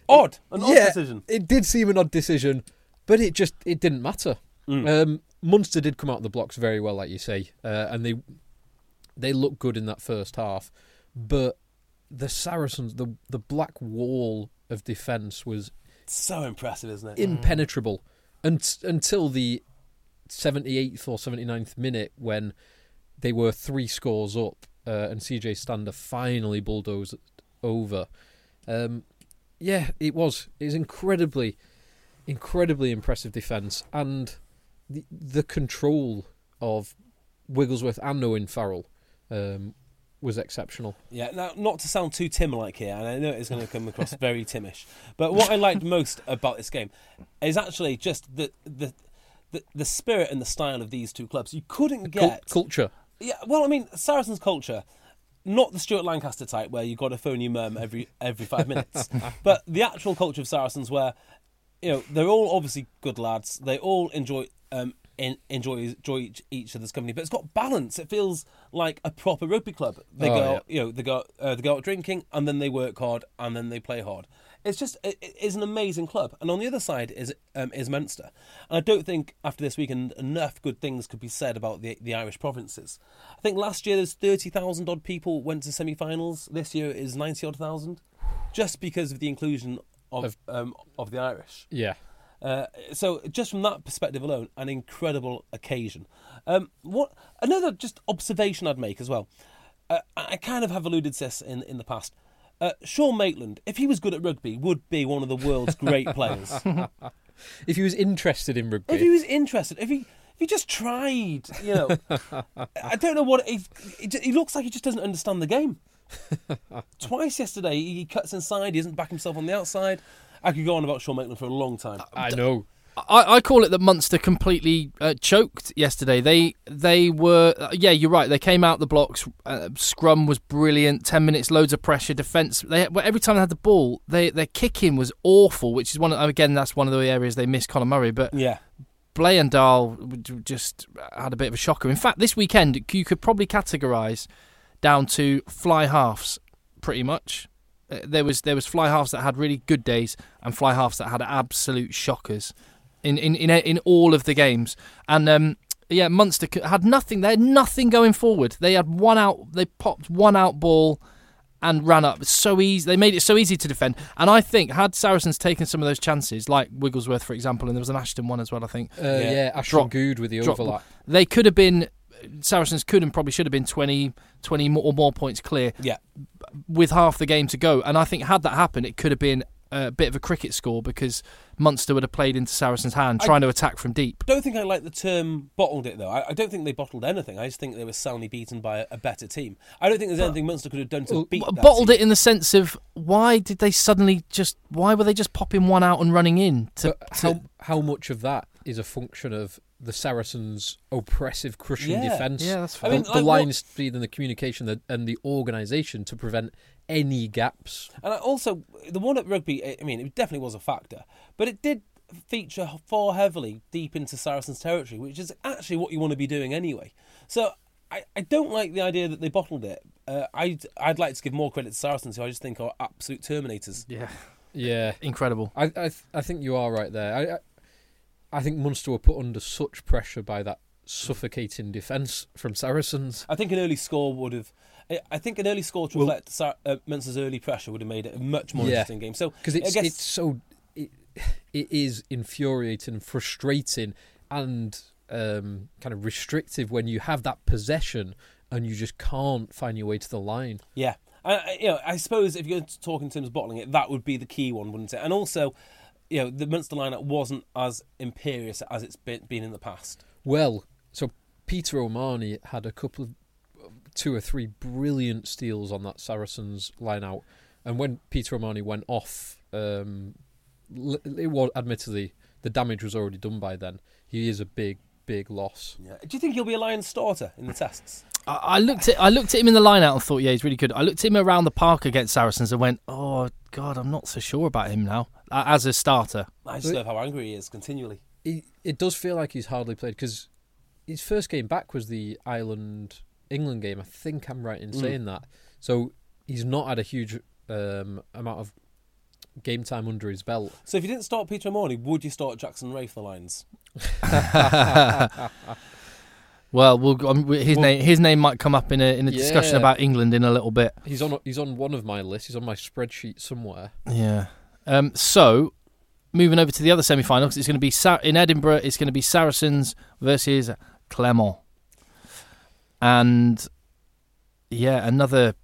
B: Odd, an odd
D: yeah,
B: decision.
D: It did seem an odd decision, but it just it didn't matter.
B: Mm.
D: Um, Munster did come out of the blocks very well, like you say, uh, and they they looked good in that first half, but the Saracens, the the black wall of defence was
B: So impressive, isn't it?
D: impenetrable unt until the 78th or 79th minute when they were three scores up uh, and CJ Stander finally bulldozed over. Um, yeah, it was. It was incredibly, incredibly impressive defence and the, the control of Wigglesworth and Owen Farrell um, was exceptional.
B: Yeah, now not to sound too Tim like here, and I know it's going to come across very Timish, but what I liked most about this game is actually just the the the, the spirit and the style of these two clubs. You couldn't
D: Cul-
B: get
D: culture.
B: yeah. Well, I mean, Saracens culture, not the Stuart Lancaster type where you got to phone your mum every every five minutes, but the actual culture of Saracens where you know they're all obviously good lads. They all enjoy um en- enjoy enjoy each, each other's company, but it's got balance. It feels like a proper rugby club. They
D: Oh,
B: go
D: yeah.
B: you know they go uh, they go out drinking and then they work hard and then they play hard. It's just it, it is an amazing club. And on the other side is um, is Munster. And I don't think after this weekend enough good things could be said about the the Irish provinces. I think last year there's thirty thousand odd people went to semi-finals. This year it is ninety odd thousand, just because of the inclusion of
D: Of-
B: um, of the Irish.
D: Yeah.
B: Uh, so just from that perspective alone, an incredible occasion. Um, what another just observation I'd make as well. Uh, I I kind of have alluded to this in in the past. Uh, Sean Maitland, if he was good at rugby, would be one of the world's great players.
D: If he was interested in rugby,
B: if he was interested, if he if he just tried, you know, I don't know what he, he ju- he looks like. He just doesn't understand the game. Twice yesterday, he he cuts inside. He doesn't back himself on the outside. I could go on about Sean Maitland for a long time.
D: I know.
C: I, I call it that Munster completely uh, choked yesterday. They they were uh, yeah, you're right. They came out the blocks. Uh, scrum was brilliant. Ten minutes, loads of pressure. Defense. They well, every time they had the ball, they their kicking was awful. Which is one of, again that's one of the areas they missed Conor Murray. But
B: Yeah.
C: Blayendahl w- j- just had a bit of a shocker. In fact, this weekend you could probably categorise down to fly halves, pretty much. Uh, There was there was fly halves that had really good days and fly halves that had absolute shockers in in in, in all of the games. And um, yeah, Munster c- had nothing. They had nothing going forward. They had one out. They popped one out ball and ran up so easy. They made it so easy to defend. And I think had Saracens taken some of those chances, like Wigglesworth for example, and there was an Ashton one as well, I think
D: Uh, yeah, Ashton
C: Drop-
D: Good with the
C: drop-
D: overlap.
C: they could have been Saracens could and probably should have been 20, 20 mo- or more points clear
B: Yeah.
C: with half the game to go. And I think had that happened, it could have been a bit of a cricket score because Munster would have played into Saracens' hand,
B: I-
C: trying to attack from deep.
B: don't think I like the term bottled it though. I, I don't think they bottled anything. I just think they were soundly beaten by a, a better team. I don't think there's anything Munster could have done to beat that
C: Bottled
B: team.
C: it in the sense of why did they suddenly just why were they just popping one out and running in to,
D: But
C: to-
D: how how much of that is a function of the Saracens' oppressive, crushing
B: Yeah.
D: defence?
C: Yeah, that's
D: the-
C: fair.
B: I mean,
D: the
B: like,
D: line
B: what-
D: speed and the communication that, and the organisation to prevent any gaps.
B: And I also the one at rugby. I- I mean, it definitely was a factor, but it did feature far heavily deep into Saracens' territory, which is actually what you want to be doing anyway. So I, I don't like the idea that they bottled it. Uh, I'd I'd like to give more credit to Saracens, who I just think are absolute terminators.
C: yeah,
D: Yeah,
C: incredible.
D: I I, th- I think you are right there. I, I I think Munster were put under such pressure by that suffocating defence from Saracens.
B: I think an early score would have. I- I think an early score to reflect Sar- uh, Munster's early pressure would have made it a much more
D: Yeah.
B: interesting game. So
D: because
B: I
D: it's
B: guess
D: it's so it, it is infuriating, frustrating, and um, kind of restrictive when you have that possession and you just can't find your way to the line.
B: Yeah, I- I, you know, I suppose if you're going to talk in terms of bottling it, that would be the key one, wouldn't it? And also, you know, the Munster lineup wasn't as imperious as it's been, been in the past.
D: Well, so Peter O'Mahony had a couple of two or three brilliant steals on that Saracens line out, and when Peter O'Mahony went off, um, l- it was admittedly the damage was already done by then. He is a big, big loss.
B: Yeah. Do you think he'll be a Lions starter in the tests?
C: I, I looked at I looked at him in the line out and thought, yeah, he's really good. I looked at him around the park against Saracens and went, oh god, I'm not so sure about him now a- as a starter.
B: I just love how angry he is continually.
D: it, it does feel like he's hardly played because his first game back was the Ireland England game. I think I'm right in saying that. So he's not had a huge um, amount of game time under his belt.
B: So if you didn't start Peter Morney, would you start Jackson Ray for the Lions?
C: Well, we'll um, we- his name his name might come up in a in a discussion
D: Yeah.
C: about England in a little bit.
D: He's on he's on one of my lists. He's on my spreadsheet somewhere.
C: Yeah. Um. So, moving over to the other semi-final, 'cause it's going to be Sa- in Edinburgh. It's going to be Saracens versus Clermont, and yeah, another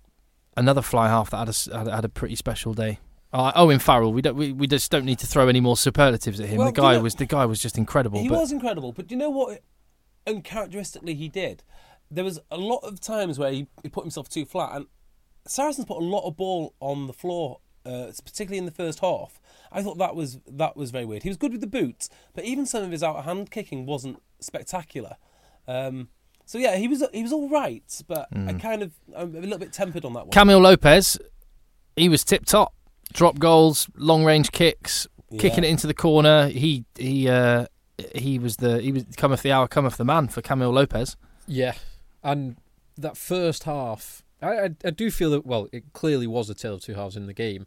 C: another fly half that had a s- had a, had a pretty special day. Uh, Owen Farrell, we don't we, we just don't need to throw any more superlatives at him.
B: Well,
C: the
B: do
C: guy
B: you know-
C: was the guy was just incredible.
B: He
C: but
B: was incredible, but do you know what? Uncharacteristically, he did. there was a lot of times where he, he put himself too flat, and Saracens put a lot of ball on the floor, uh, particularly in the first half. I thought that was that was very weird. He was good with the boots, but even some of his out of hand kicking wasn't spectacular. Um, so yeah, he was he was all right, but I
C: Hmm.
B: kind of I'm a little bit tempered on that one.
C: Camille Lopez, he was tip top. Drop goals, long range kicks, kicking it
B: Yeah.
C: into the corner. He he uh, he was the he was cometh the hour, cometh the man for Camille Lopez.
D: Yeah, and that first half, I, I I do feel that well, it clearly was a tale of two halves in the game.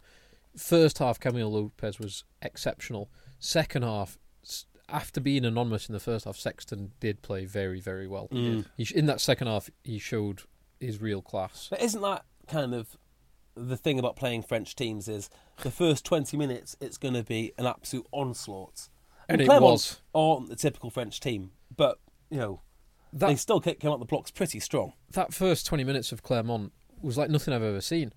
D: First half, Camilo Lopez was exceptional. Second half, s- after being anonymous in the first half, Sexton did play very very well. He sh- in that second half, he showed his real class.
B: But isn't that kind of the thing about playing French teams is the first 20 minutes it's going to be an absolute onslaught.
D: And it
B: Clermont
D: was.
B: aren't the typical French team, but you know they
D: That
B: still ca- came out the blocks pretty strong.
D: that first twenty minutes of Clermont was like nothing I've ever seen.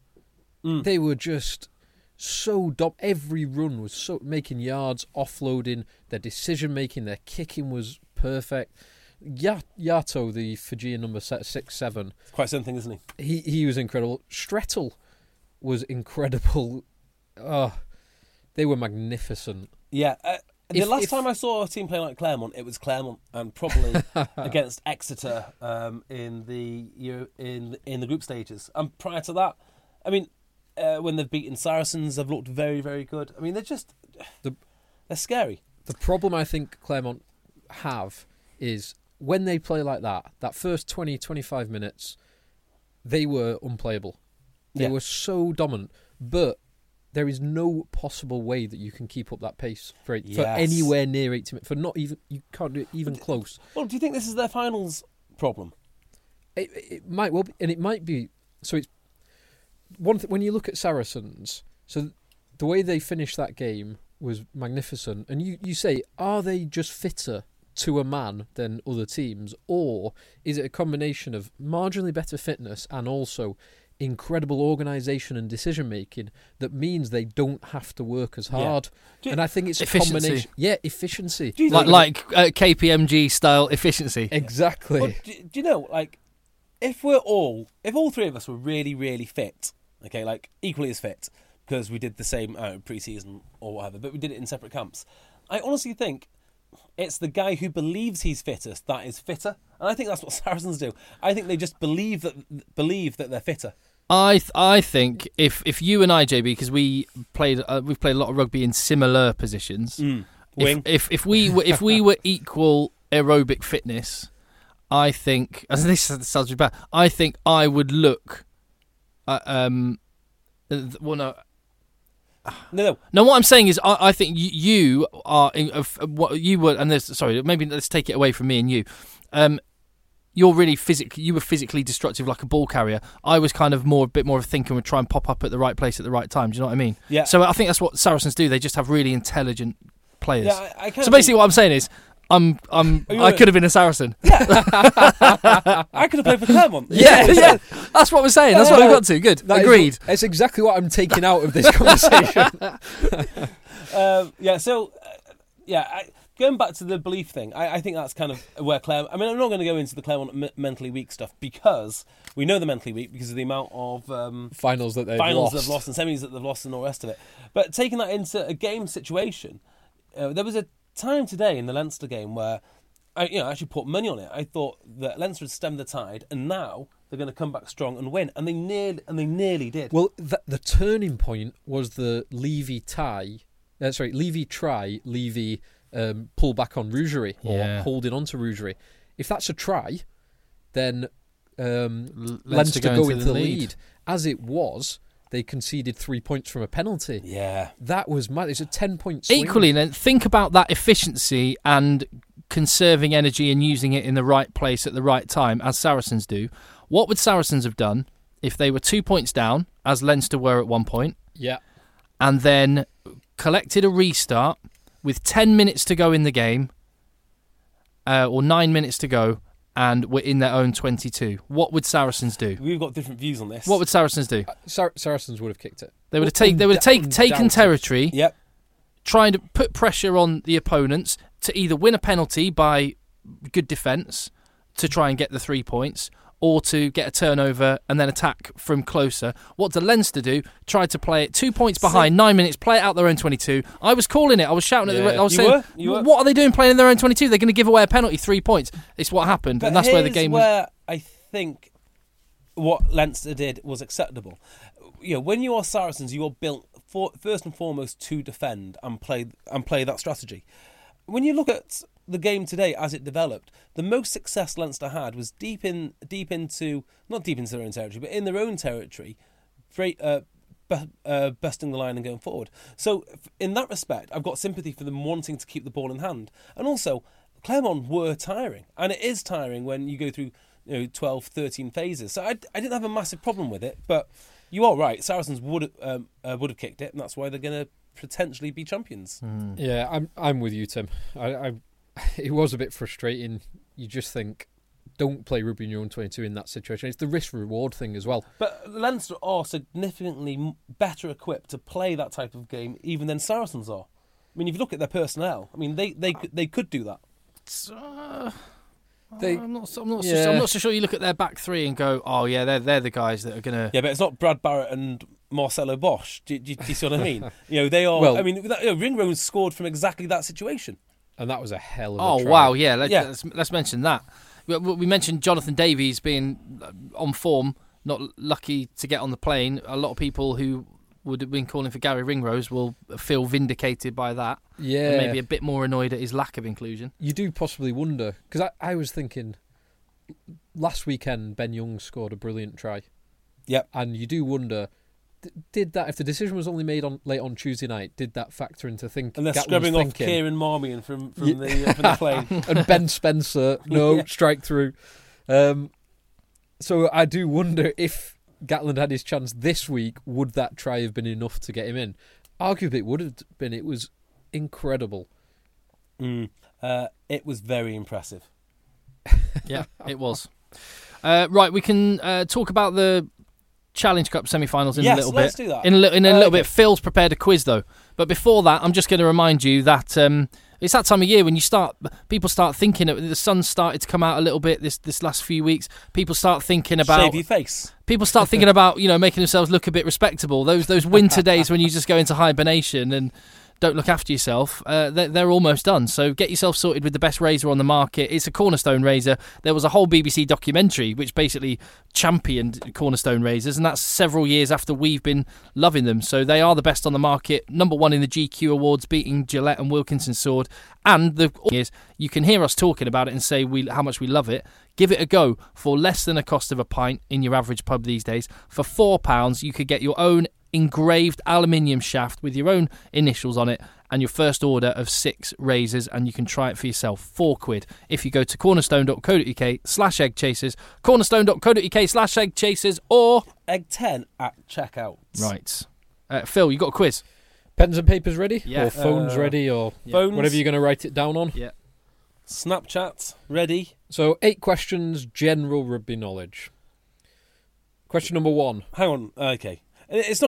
D: They were just so dom- every run was so making yards, offloading, their decision making, their kicking was perfect. Ya- Yato, the Fijian number se- six seven,
B: It's quite something, isn't he?
D: he he was incredible. Strettel was incredible. Oh, they were magnificent.
B: Yeah. Uh, the
D: If-
B: last
D: if-
B: time I saw a team playing like Claremont, it was Claremont, and probably against Exeter um, in the Euro- in in the group stages. And prior to that, I mean, uh, when they've beaten Saracens, they've looked very very good. I mean, they're just
D: The-
B: they're scary.
D: The problem I think Claremont have is when they play like that, that first 20, 25 minutes, they were unplayable. They
B: Yeah.
D: were so dominant, but there is no possible way that you can keep up that pace for, eight, for
B: Yes.
D: anywhere near 80 minutes. For not even, you can't do it even close.
B: Well, do you think this is their finals problem?
D: It, it might well, be, and it might be. So it's one th- when you look at Saracens. So the way they finished that game was magnificent, and you you say, are they just fitter to a man than other teams, or is it a combination of marginally better fitness and also incredible organisation and decision making that means they don't have to work as
B: Yeah.
D: hard?
B: Do you-
D: and I think it's
C: Efficiency.
D: a combination. Yeah, efficiency.
B: Do you
C: Like
B: think-
C: like uh, KPMG style efficiency.
D: Exactly.
B: Well, do, do you know, like, if we're all, if all three of us were really, really fit, okay, like equally as fit, because we did the same uh, pre-season or whatever, but we did it in separate camps. I honestly think it's the guy who believes he's fittest that is fitter, and I think that's what Saracens do. I think they just believe that believe that they're fitter.
C: I th- I think if if you and I JB because we played uh, we've played a lot of rugby in similar positions. If-
B: Wing.
C: If, if we were if we were equal aerobic fitness, I think as this sounds really bad. I think I would look. Uh, um, uh, th- well no.
B: No, no,
C: No, what I'm saying is, I, I think y- you are in, of, of what you were, and there's sorry, maybe let's take it away from me and you. Um, you're really physic. You were physically destructive, like a ball carrier. I was kind of more, a bit more of a thinker, would try and pop up at the right place at the right time. Do you know what I mean?
B: Yeah.
C: So I think that's what Saracens do. They just have really intelligent players.
B: Yeah, I- I kinda
C: so basically,
B: think-
C: what I'm saying is, I'm, I'm,
B: Oh, you
C: I
B: were-
C: could have been a Saracen.
B: I could have played for Claremont.
C: Yeah, yeah. That's what we're saying. That's what we got to. Good.
D: That is-
C: Agreed.
D: That's exactly what I'm taking out of this conversation.
B: um, yeah, so uh, yeah, I, going back to the belief thing, I, I think that's kind of where Claire. I mean, I'm not going to go into the Claremont m- mentally weak stuff because we know the mentally weak because of the amount of um,
D: finals that they've
B: finals
D: lost.
B: they've lost and semis that they've lost and all the rest of it. But taking that into a game situation, uh, there was a time today in the Leinster game where I, you know, I actually put money on it. I thought that Leinster would stem the tide, and now they're going to come back strong and win, and they nearly and they nearly did.
D: Well, th- the turning point was the Levy tie. Uh, sorry, Levy try, Levy um, pull back on Rougerie or
C: Yeah.
D: holding on to Rougerie. If that's a try, then um,
C: Leinster
D: Leinster
C: go
D: go
C: into
D: into
C: the
D: the lead.
C: lead.
D: As it was, they conceded three points from a penalty.
B: yeah,
D: That was mad. It's a ten-point swing.
C: Equally, then think about that efficiency and conserving energy and using it in the right place at the right time, as Saracens do. What would Saracens have done if they were two points down, as Leinster were at one point,
D: yeah.
C: and then collected a restart with 10 minutes to go in the game, uh, or nine minutes to go, and were in their own 22? What would Saracens do?
B: we've got different views on this.
C: What would Saracens do?
D: Uh, Sar- Saracens would have kicked it.
C: They would have, take, they would have take, taken
D: Undoubted.
C: territory.
B: Yep.
C: trying to put pressure on the opponents to either win a penalty by good defence, to try and get the three points or to get a turnover and then attack from closer. What did Leinster do? Tried to play it two points behind, nine minutes, play it out their own 22. I was calling it. I was shouting at the.
D: Yeah.
C: I was
B: You
C: saying,
B: were? You were?
C: "What are they doing playing in their own 22? They're going to give away a penalty, three points." It's what happened, and that's where the
B: here's
C: game was.
B: where I think what Leinster did was acceptable. You know, when you are Saracens, you are built for, first and foremost to defend and play and play that strategy. When you look at the game today as it developed, the most success Leinster had was deep in deep into not deep into their own territory, but in their own territory, very, uh, be, uh, besting the line and going forward. So f- in that respect, I've got sympathy for them wanting to keep the ball in hand, and also Clermont were tiring, and it is tiring when you go through you know 12, 13 phases. So I, I didn't have a massive problem with it, but you are right. Saracens would um, uh, would have kicked it, and that's why they're going to potentially be champions.
D: Yeah, I'm I'm with you, Tim. I, I it was a bit frustrating. You just think, don't play rugby in your own 22 in that situation. It's the risk reward thing as well.
B: But Leinster are significantly m- better equipped to play that type of game even than Saracens are. I mean, if you look at their personnel, I mean, they they could- they could do that.
C: Uh,
D: They-
C: I'm not. So, I'm not. So,
D: Yeah.
C: I'm not so sure. You look at their back three and go, "Oh yeah, they're they're the guys that are going to."
B: Yeah, but it's not Brad Barrett and Marcelo Bosch. Do, do, do you see what I mean? you know, they are.
D: Well-
B: I mean, that, you know, Ringrose scored from exactly that situation.
D: And that was a hell of a
C: Oh
D: try.
C: wow, yeah. Let,
B: Yeah.
C: us let's mention that. We, we we mentioned Jonathan Davies being uh, on form, not l- lucky to get on the plane. A lot of people who would have been calling for Gary Ringrose will feel vindicated by that,
D: Yeah.
C: and maybe a bit more annoyed at his lack of inclusion.
D: you do possibly wonder because I, I was thinking last weekend Ben Young scored a brilliant try.
B: Yep.
D: and you do wonder d- did that if the decision was only made on late on Tuesday night did that factor into think,
B: And they're
D: Gatlin's
B: scrubbing off
D: thinking?
B: Kieran Marmion from from
D: Ye-
B: the uh, from the plane.
D: and Ben Spencer no
B: Yeah.
D: strike through. Um, so I do wonder if Gatland had his chance this week, would that try have been enough to get him in? Arguably, it would have been. It was incredible.
B: Mm. Uh, it was very impressive.
C: yeah, it was. Uh, right, we can uh, talk about the Challenge Cup semi-finals in
B: Yes,
C: a little
B: let's
C: bit.
B: do that.
C: In a, li- in a
B: Uh,
C: little
B: okay.
C: bit. Phil's prepared a quiz though, but before that, I'm just going to remind you that um, it's that time of year when you start people start thinking. of- The sun's started to come out a little bit this this last few weeks. People start thinking about
B: Shave your face.
C: people start thinking about you know making themselves look a bit respectable. Those those winter days when you just go into hibernation and don't look after yourself. Uh, they're, they're almost done. So get yourself sorted with the best razor on the market. It's a Cornerstone razor. There was a whole BBC documentary which basically championed Cornerstone razors, and that's several years after we've been loving them. So they are the best on the market. Number one in the GQ awards, beating Gillette and Wilkinson Sword. And the is you can hear us talking about it and say we how much we love it. Give it a go for less than the cost of a pint in your average pub these days. For four pounds, you could get your own engraved aluminium shaft with your own initials on it and your first order of six razors and you can try it for yourself four quid if you go to cornerstone.co.uk slash egg chasers cornerstone.co.uk slash egg chasers or
B: Egg ten at checkout.
C: right uh, phil you got a quiz
D: Pens and papers ready,
C: Yeah.
D: or phones
B: Uh,
D: ready, or
B: phones.
D: whatever you're going to write it down on.
C: yeah
B: Snapchat ready.
D: So eight questions, general rugby knowledge. Question number one.
B: Hang on. Okay. It- It's not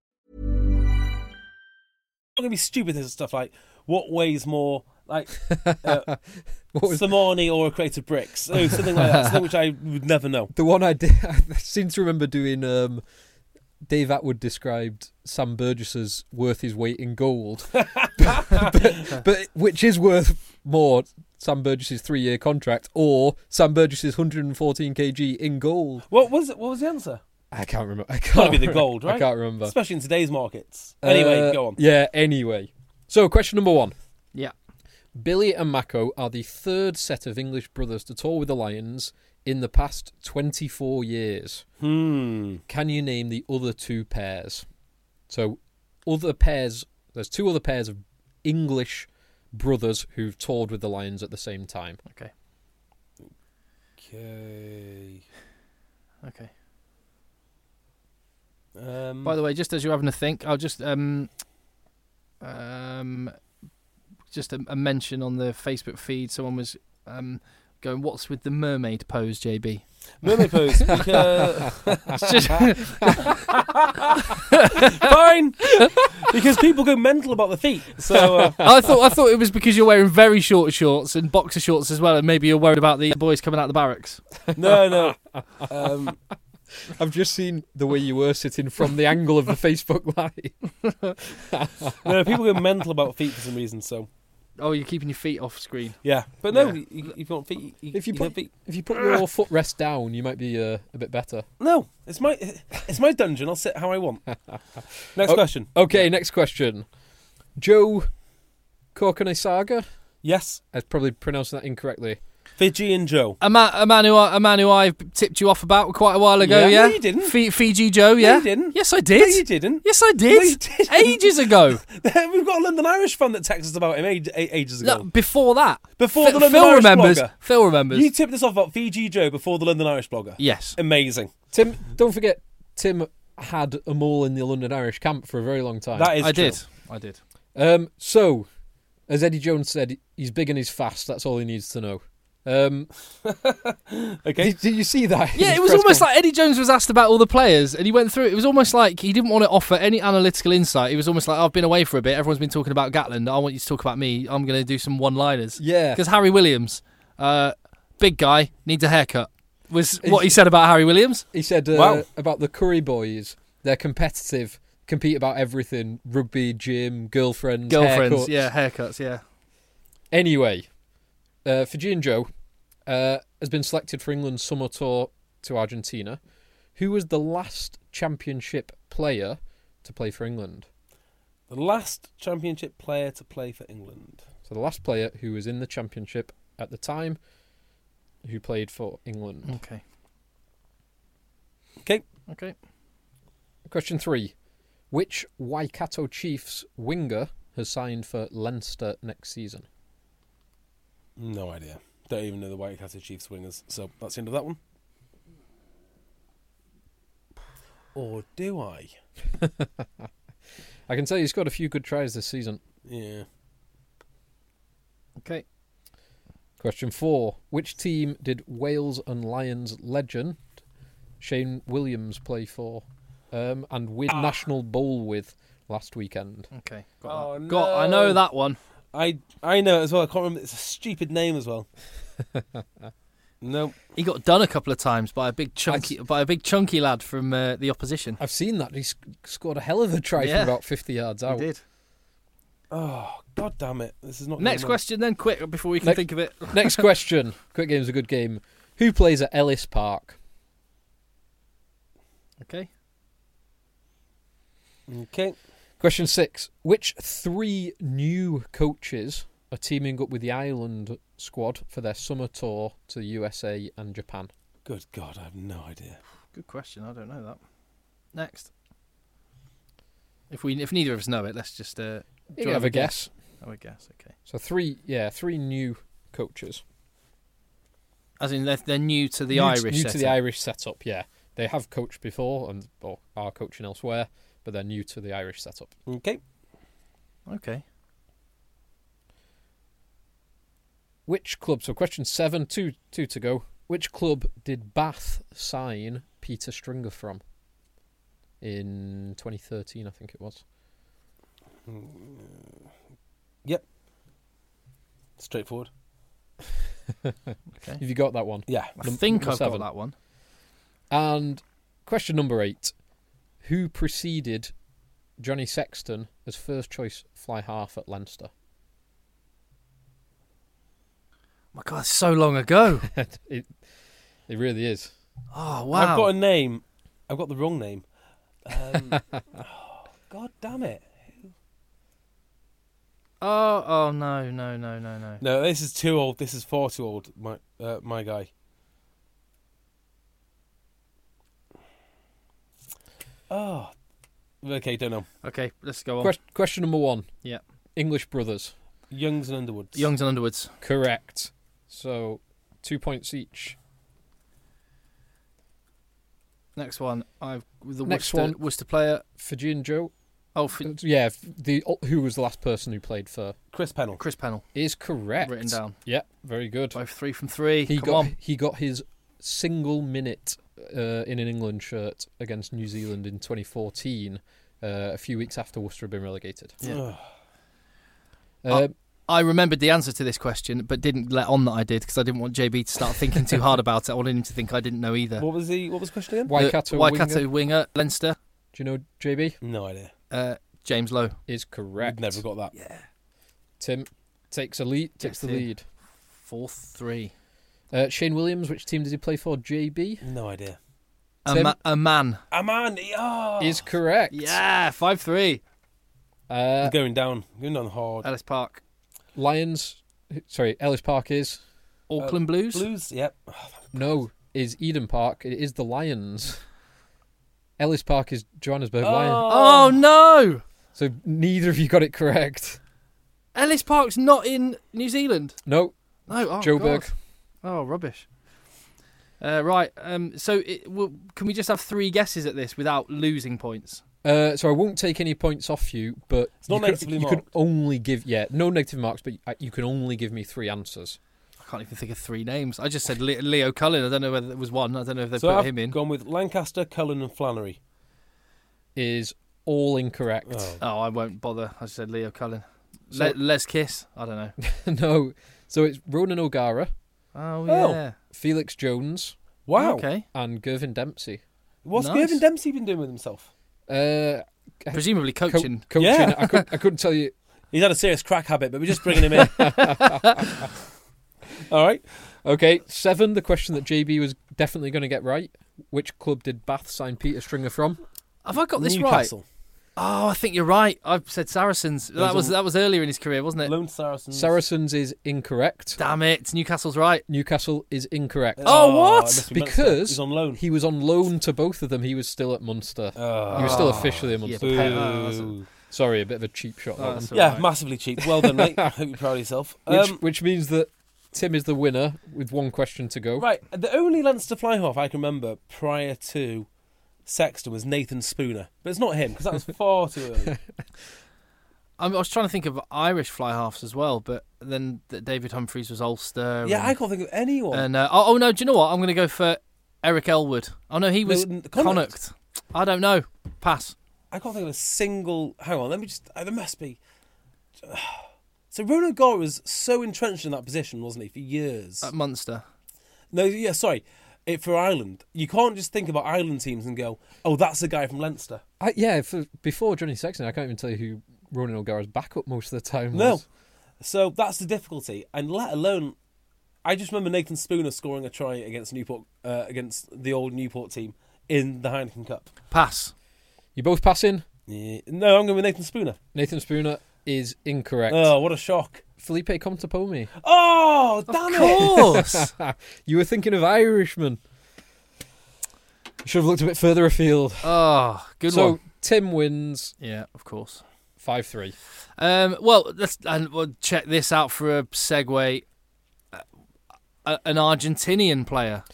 B: going to be stupid. There's stuff like what weighs more, like uh,
D: What was
B: Samani or a crate of bricks, Oh, something like that. Something which I would never know.
D: the one I did? I seem to remember doing. Um, Dave Atwood described Sam Burgess's worth his weight in gold, but, but which is worth more Sam Burgess's three-year contract or Sam Burgess's 114 kg in gold.
B: What was it? What was the answer?
D: I can't remember. I
B: Got to
D: can't
B: be the
D: remember.
B: gold, right?
D: I can't remember.
B: Especially in today's markets. Anyway,
D: Uh,
B: go on.
D: Yeah. Anyway, so question number one.
C: Yeah.
D: Billy and Mako are the third set of English brothers to tour with the Lions in the past 24 years.
B: Hmm.
D: Can you name the other two pairs? So, other pairs, there's two other pairs of English brothers who've toured with the Lions at the same time.
C: Okay.
B: Okay.
C: Okay.
B: Um,
C: By the way, just as you're having a think, I'll just um, um, just a, a mention on the Facebook feed. Someone was um going, "What's with the mermaid pose, JB?"
B: mermaid pose. because-
C: It's just-
B: Fine, because people go mental about the feet. So uh,
C: I thought I thought it was because you're wearing very short shorts and boxer shorts as well, and maybe you're worried about the boys coming out of the barracks.
B: no, no. Um,
D: I've just seen the way you were sitting from the angle of the Facebook live.
B: no, people go mental about feet for some reason. So
C: Oh, you're keeping your feet off screen.
B: yeah, but no,
C: Yeah.
B: you, you want feet. You,
D: If you
B: got
D: put-
B: feet.
D: If you put your footrest down, you might be uh, a bit better.
B: No, it's my it's my dungeon. I'll sit how I want. Next
D: Oh.
B: question.
D: Okay, next question. Joe Kokone Saga?
B: Yes,
D: I'm probably pronouncing that incorrectly.
B: Fiji and Joe.
C: A man, a man who I, a man who I tipped you off about quite a while ago.
D: Yeah.
C: Yeah,
B: No, you didn't.
C: Fi- Fiji Joe. Yeah,
B: you didn't.
C: Yes, I
B: No,
C: did.
B: you didn't.
C: Yes, I
B: No, you
C: did.
B: didn't.
C: Ages ago.
B: We've got a London Irish fan that texted us about him age, a- ages ago.
C: No, before that.
B: Before
C: Phil-
B: the London
C: Phil
B: Irish
C: remembers.
B: blogger.
C: Phil remembers.
B: You tipped us off about Fiji Joe before the London Irish blogger.
C: yes.
B: Amazing.
D: Tim, don't forget, Tim had a mole in the London Irish camp for a very long time.
B: That is
C: I
B: true.
C: did. I did.
D: um, so, as Eddie Jones said, he's big and he's fast. That's all he needs to know. Um,
B: Okay.
D: did, did you see that? in
C: Yeah,
D: his
C: it was almost
D: press conference?
C: like Eddie Jones was asked about all the players and he went through it. It was almost like he didn't want to offer any analytical insight. He was almost like, "Oh, I've been away for a bit. Everyone's been talking about Gatland. I want you to talk about me. I'm going to do some one liners.
D: Yeah.
C: Because Harry Williams, uh, big guy, needs a haircut, was what he said about Harry Williams.
D: He said uh,
B: Wow.
D: about the Curry boys, they're competitive, compete about everything rugby, gym, girlfriends,
C: Girlfriends.
D: haircuts.
C: Yeah, haircuts. Yeah.
D: Anyway, uh, Fijian Joe uh, has been selected for England's summer tour to Argentina. Who was the last championship player to play for England?
B: The last championship player to play for England.
D: So the last player who was in the championship at the time who played for England.
C: Okay.
B: Okay.
C: Okay.
D: Question three. Which Waikato Chiefs winger has signed for Leinster next season?
B: No idea. Don't even know the White Castle Chiefs wingers. So that's the end of that one. Or do I?
D: I can tell you he's got a few good tries this season.
B: Yeah.
C: Okay.
D: Question four. Which team did Wales and Lions legend Shane Williams play for um, and win National Bowl with last weekend?
C: Okay.
B: Oh,
C: that. Got, I know
B: no.
C: that one.
B: I I know it as well. I can't remember. It's a stupid name as well. no.
C: He got done a couple of times by a big chunky by a big chunky lad from uh, the opposition.
D: I've seen that. He sc- scored a hell of a try
C: Yeah.
D: from about 50 yards out.
B: Oh God damn it! This is not. gonna
C: Next
B: work.
C: question, then quick before we can
D: Next-
C: think of it.
D: Next question. Quick game's a good game. Who plays at Ellis Park?
C: Okay.
B: Okay.
D: Question six. Which three new coaches are teaming up with the Ireland squad for their summer tour to the USA and Japan?
B: Good God, I have no idea.
C: Good question. I don't know that. Next. If we if neither of us know it, let's just uh
D: You
C: do
D: can
C: I
D: have a guess.
C: Have a guess, okay.
D: So three, yeah, three new coaches.
C: As in they're, they're new to the
D: new
C: Irish
D: to, new to
C: setting.
D: the Irish setup. Yeah, they have coached before and or are coaching elsewhere, but they're new to the Irish setup.
B: Okay.
C: Okay.
D: Which club? So question seven, two, two to go. Which club did Bath sign Peter Stringer from? In 2013, I think it was.
B: Yep. Straightforward.
D: Have you got that one?
B: Yeah.
C: I
D: Num-
C: think
D: number
C: I've
D: seven.
C: got that one.
D: And question number eight: Who preceded Johnny Sexton as first choice fly half at Leinster?
C: my God, it's so long ago.
D: it, it really is.
C: Oh
B: I've
C: wow.
B: got a name. I've got the wrong name. Um, oh, God damn it!
C: Oh oh no no no no no.
B: No, this is too old. This is far too old. My uh, my guy. Oh, okay. Don't know.
C: Okay, let's go on.
D: Question, question number one
C: Yeah,
D: English Brothers.
B: Youngs and Underwoods.
C: Youngs and Underwoods.
D: Correct. So two points each.
C: Next one. I've the
D: Next
C: Worcester,
D: one.
C: Worcester player.
D: Fijian Joe.
C: Oh, for
D: Yeah, f- the who was the last person who played for
B: Chris Pennell.
C: Chris Pennell.
D: is correct.
C: Written down.
D: Yeah, very good.
C: Both three from three.
D: He
C: Come
D: got
C: on.
D: he got his single minute uh, in an England shirt against New Zealand in 2014, uh, a few weeks after Worcester had been relegated.
B: Ugh.
D: Uh,
C: I remembered the answer to this question, but didn't let on that I did because I didn't want JB to start thinking too hard about it. I wanted him to think I didn't know either.
B: What was the What was the question again?
C: Uh,
D: Waikato,
C: Waikato
D: winger.
C: winger, Leinster.
D: Do you know JB
B: No idea.
C: Uh, James Lowe.
D: is correct?
B: Never got that.
D: Tim takes a lead. Takes
C: Yes,
D: the
C: Tim.
D: lead.
C: Four three.
D: Uh, Shane Williams, which team did he play for? JB
B: No idea.
C: A,
D: Tim?
C: ma- a man.
B: A man. Oh.
D: is correct.
C: Yeah, five three.
D: Uh,
B: He's going down. Going down hard.
C: Ellis Park.
D: Lions. Sorry, Ellis Park is Uh,
C: Auckland Blues.
B: Blues. Yep.
D: no is Eden Park. It is the Lions. Ellis Park is Johannesburg Lions.
C: Oh no!
D: So neither of you got it correct.
C: Ellis Park's not in New Zealand.
D: No,
C: No, oh,
D: Joburg.
C: God. Oh, rubbish. Uh, right. Um, so, it, well, can we just have three guesses at this without losing points?
D: Uh, so I won't take any points off you, but
B: not
D: you, could,
B: negatively
D: you could
B: marked.
D: only give yeah no negative marks, but uh, you can only give me three answers.
C: I can't even think of three names. I just said Le- Leo Cullen. I don't know whether there was one. I don't know if they
B: so
C: put
B: I've
C: him in.
B: gone with Lancaster, Cullen, and Flannery.
D: Is all incorrect.
C: Oh, I won't bother. I just said Leo Cullen.
D: So-
C: Le- Les Kiss. I don't know.
D: no, so it's Ronan O'Gara,
C: Oh yeah.
D: Felix Jones,
B: Wow.
C: Okay.
D: and Gervin Dempsey.
B: What's
C: Nice.
B: Gavin Dempsey been doing with himself?
D: Uh,
C: Presumably
D: co-
C: coaching.
D: coaching.
B: Yeah.
D: I, could, I couldn't tell you.
B: He's had a serious crack habit, but we're just bringing him in. All right.
D: Okay, seven. The question that JB was definitely going to get right: Which club did Bath sign Peter Stringer from?
C: have I got this
B: Newcastle.
C: right? Oh, I think you're right. I've said Saracens. That was
B: a-
C: that was earlier in his career, wasn't it?
B: Lone Saracens.
D: Saracens is incorrect.
C: Damn it! Newcastle's right.
D: Newcastle is incorrect.
B: Uh,
C: Oh, what?
B: it must be Munster.
D: because
B: he's on loan.
D: He was on loan to both of them. He was still at Munster. he was still officially at Munster.
C: yeah,
B: Ah. Boo.
C: Oh, that's a-
D: Sorry, a bit of a cheap shot. that
C: Oh,
D: one.
C: that's
B: yeah,
C: alright.
B: massively cheap. Well done, mate. I hope you're proud of yourself.
D: Which,
B: Um,
D: which means that Tim is the winner with one question to go.
B: right, the only Leinster fly half I can remember prior to Sexton was Nathan Spooner, but it's not him because that was far too early.
C: I'm- I was trying to think of Irish fly halves as well, but then th- David Humphries was Ulster.
B: yeah,
C: and,
B: I can't think of anyone.
C: and, uh, oh, oh, no, do you know what? I'm going to go for Eric Elwood. Oh no, he was
B: No, Connacht.
C: Connacht. I don't know. Pass.
B: I can't think of a single. Hang on, let me just. uh, There must be. So Ronan Gore was so entrenched in that position, wasn't he, for years?
C: At Munster.
B: no, yeah, sorry. It for Ireland. You can't just think about Ireland teams and go, "Oh, that's the guy from Leinster."
D: I, yeah, for, before Johnny Sexton, I can't even tell you who Ronan O'Gara's backup most of the time
B: No.
D: was.
B: So that's the difficulty, and let alone, I just remember Nathan Spooner scoring a try against Newport, uh, against the old Newport team in the Heineken Cup.
C: Pass.
D: You both pass in.
B: Yeah. No, I'm going with Nathan Spooner.
D: Nathan Spooner is incorrect.
B: Oh, what a shock!
D: Felipe Comtopomi.
B: Oh, damn
C: of
B: it!
C: course.
D: you were thinking of Irishman. Should have looked a bit further afield.
C: oh, good
D: so
C: one.
D: Tim wins
C: Yeah, of course.
D: five three.
C: Um, well, let's and we'll check this out for a segue. Uh, an Argentinian player. Uh,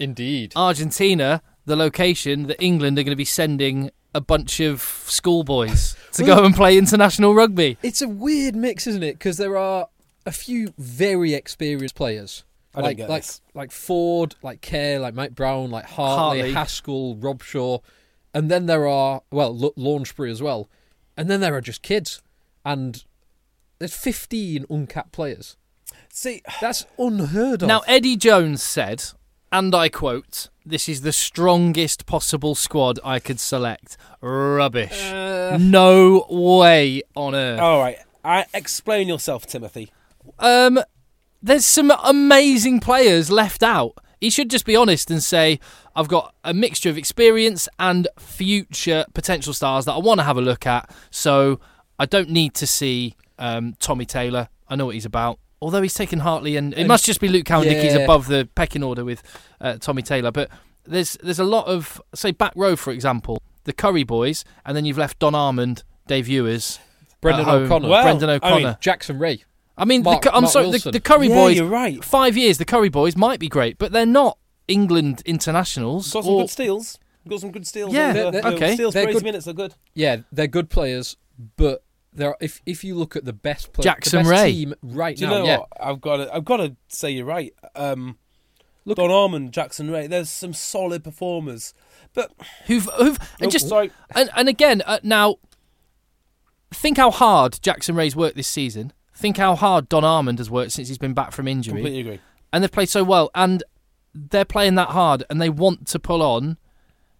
D: Indeed.
C: Argentina, the location that England are going to be sending a bunch of schoolboys to
D: Well-
C: go and play international rugby.
D: It's a weird mix, isn't it? Because there are a few very experienced players.
B: I don't
D: like
B: get
D: like
B: this.
D: like Ford, like Kerr, like Mike Brown, like Hartley,
C: Hartley.
D: Haskell, Robshaw, and then there are well L- Launchbury as well, and then there are just kids, and there's 15 uncapped players.
B: See,
D: That's unheard of.
C: Now, e- Eddie Jones said, and I quote, this is the strongest possible squad I could select. Rubbish. no way on earth.
B: all right. I explain yourself, Timothy.
C: Um, there's some amazing players left out. He should just be honest and say, I've got a mixture of experience and future potential stars that I want to have a look at. So I don't need to see um, Tommy Taylor. I know what he's about. Although he's taken Hartley, and it
D: Um,
C: must just be Luke Cowendicky's
D: yeah.
C: above the pecking order with uh, Tommy Taylor. But there's there's a lot of say back row, for example, the Curry boys, and then you've left Don Armand, Dave Ewers,
D: Brendan
C: at home.
D: O'Connor.
B: Well,
C: Brendan
B: I mean,
C: O'Connor.
D: Jackson Ray.
C: I mean,
D: Mark-
C: the, cu- I'm
D: Mark
C: sorry, the,
D: Wilson.
C: the Curry
B: Yeah,
C: Boys.
B: you're right.
C: Five years, the Curry Boys might be great, but they're not England internationals.
B: Got some
C: or-
B: good steals. Got some good steals.
C: Yeah,
B: over-
D: they're-
B: over-
C: okay.
B: Steals
D: They're
B: for 80
D: good.
B: minutes are good.
D: Yeah, they're good players, but they're if if you look at the best player,
C: Jackson
D: the best
C: Ray.
D: team right
B: Do you
D: now.
B: know
D: yeah,
B: what? I've got to, I've got to say you're right. Um, Don Armand, Jackson Ray, there's some solid performers. But
C: who've who've and
B: Oh,
C: just
B: sorry.
C: and, and again uh, now think how hard Jackson Ray's worked this season. Think how hard Don Armand has worked since he's been back from injury.
B: completely agree.
C: and they've played so well and they're playing that hard and they want to pull on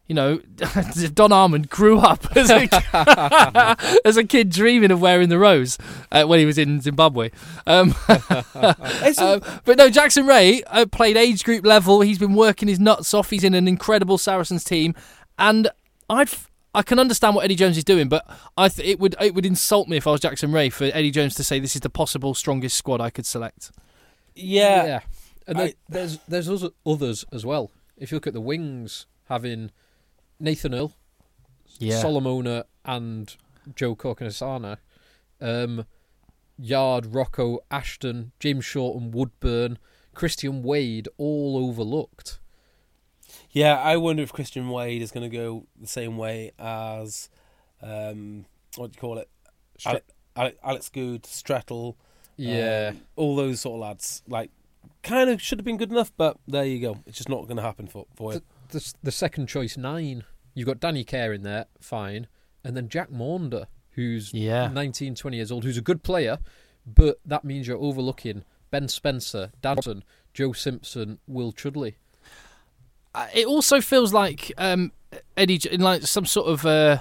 C: you know don armand grew up as a, as a kid dreaming of wearing the rose uh, when he was in zimbabwe um, um, but no jackson ray uh, played age group level he's been working his nuts off he's in an incredible saracens team and i'd f- I can understand what Eddie Jones is doing, but I th- it would it would insult me if I was Jackson Ray for Eddie Jones to say this is the possible strongest squad I could select.
B: Yeah.
D: yeah. And
B: I-
D: there- there's there's also others as well. If you look at the wings, having Nathan Hill, Solomona, and Joe Corkinasana, um, Yard, Rocco, Ashton, James Shorten, Woodburn, Christian Wade, all overlooked.
B: Yeah, I wonder if Christian Wade is going to go the same way as, um, what do you call it?
D: Stra-
B: Ale- Ale- Alex Good, Strattle,
C: Oh,
D: yeah,
B: um, all those sort of lads. Like, kind of should have been good enough, but there you go. It's just not going to happen for for him.
D: the, the s- the second choice nine. You've got Danny Care in there, fine, and then Jack Maunder, who's
C: Yeah.
D: 19, 20 years old, who's a good player, but that means you're overlooking Ben Spencer, Danton, Joe Simpson, Will Chudley.
C: Uh, it also feels like um, Eddie J- in like some sort of uh,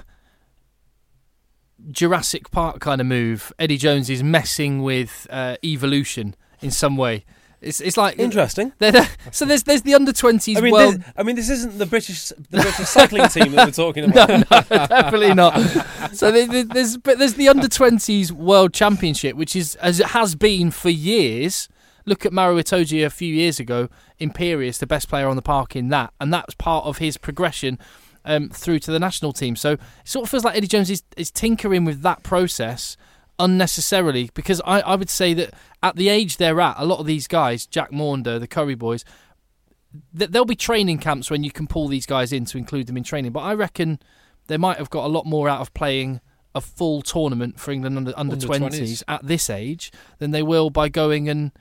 C: Jurassic Park kind of move. Eddie Jones is messing with uh, evolution in some way. It's it's like
B: Interesting.
C: They're- they're- so there's there's the under twenties
B: I mean,
C: world.
B: this, I mean, this isn't the British the British cycling team that we're talking about.
C: no, no, definitely not. So there- there- there's but there's the under twenties world championship, which is as it has been for years. Look at Mario Itoje a few years ago, Imperious, the best player on the park in that, and that's part of his progression um, through to the national team. So it sort of feels like Eddie Jones is, is tinkering with that process unnecessarily because I, I would say that at the age they're at, a lot of these guys, Jack Maunder, the Curry boys, th- there'll be training camps when you can pull these guys in to include them in training. But I reckon they might have got a lot more out of playing a full tournament for England under under
D: Under
C: twenties
D: 20s.
C: at this age than they will by going and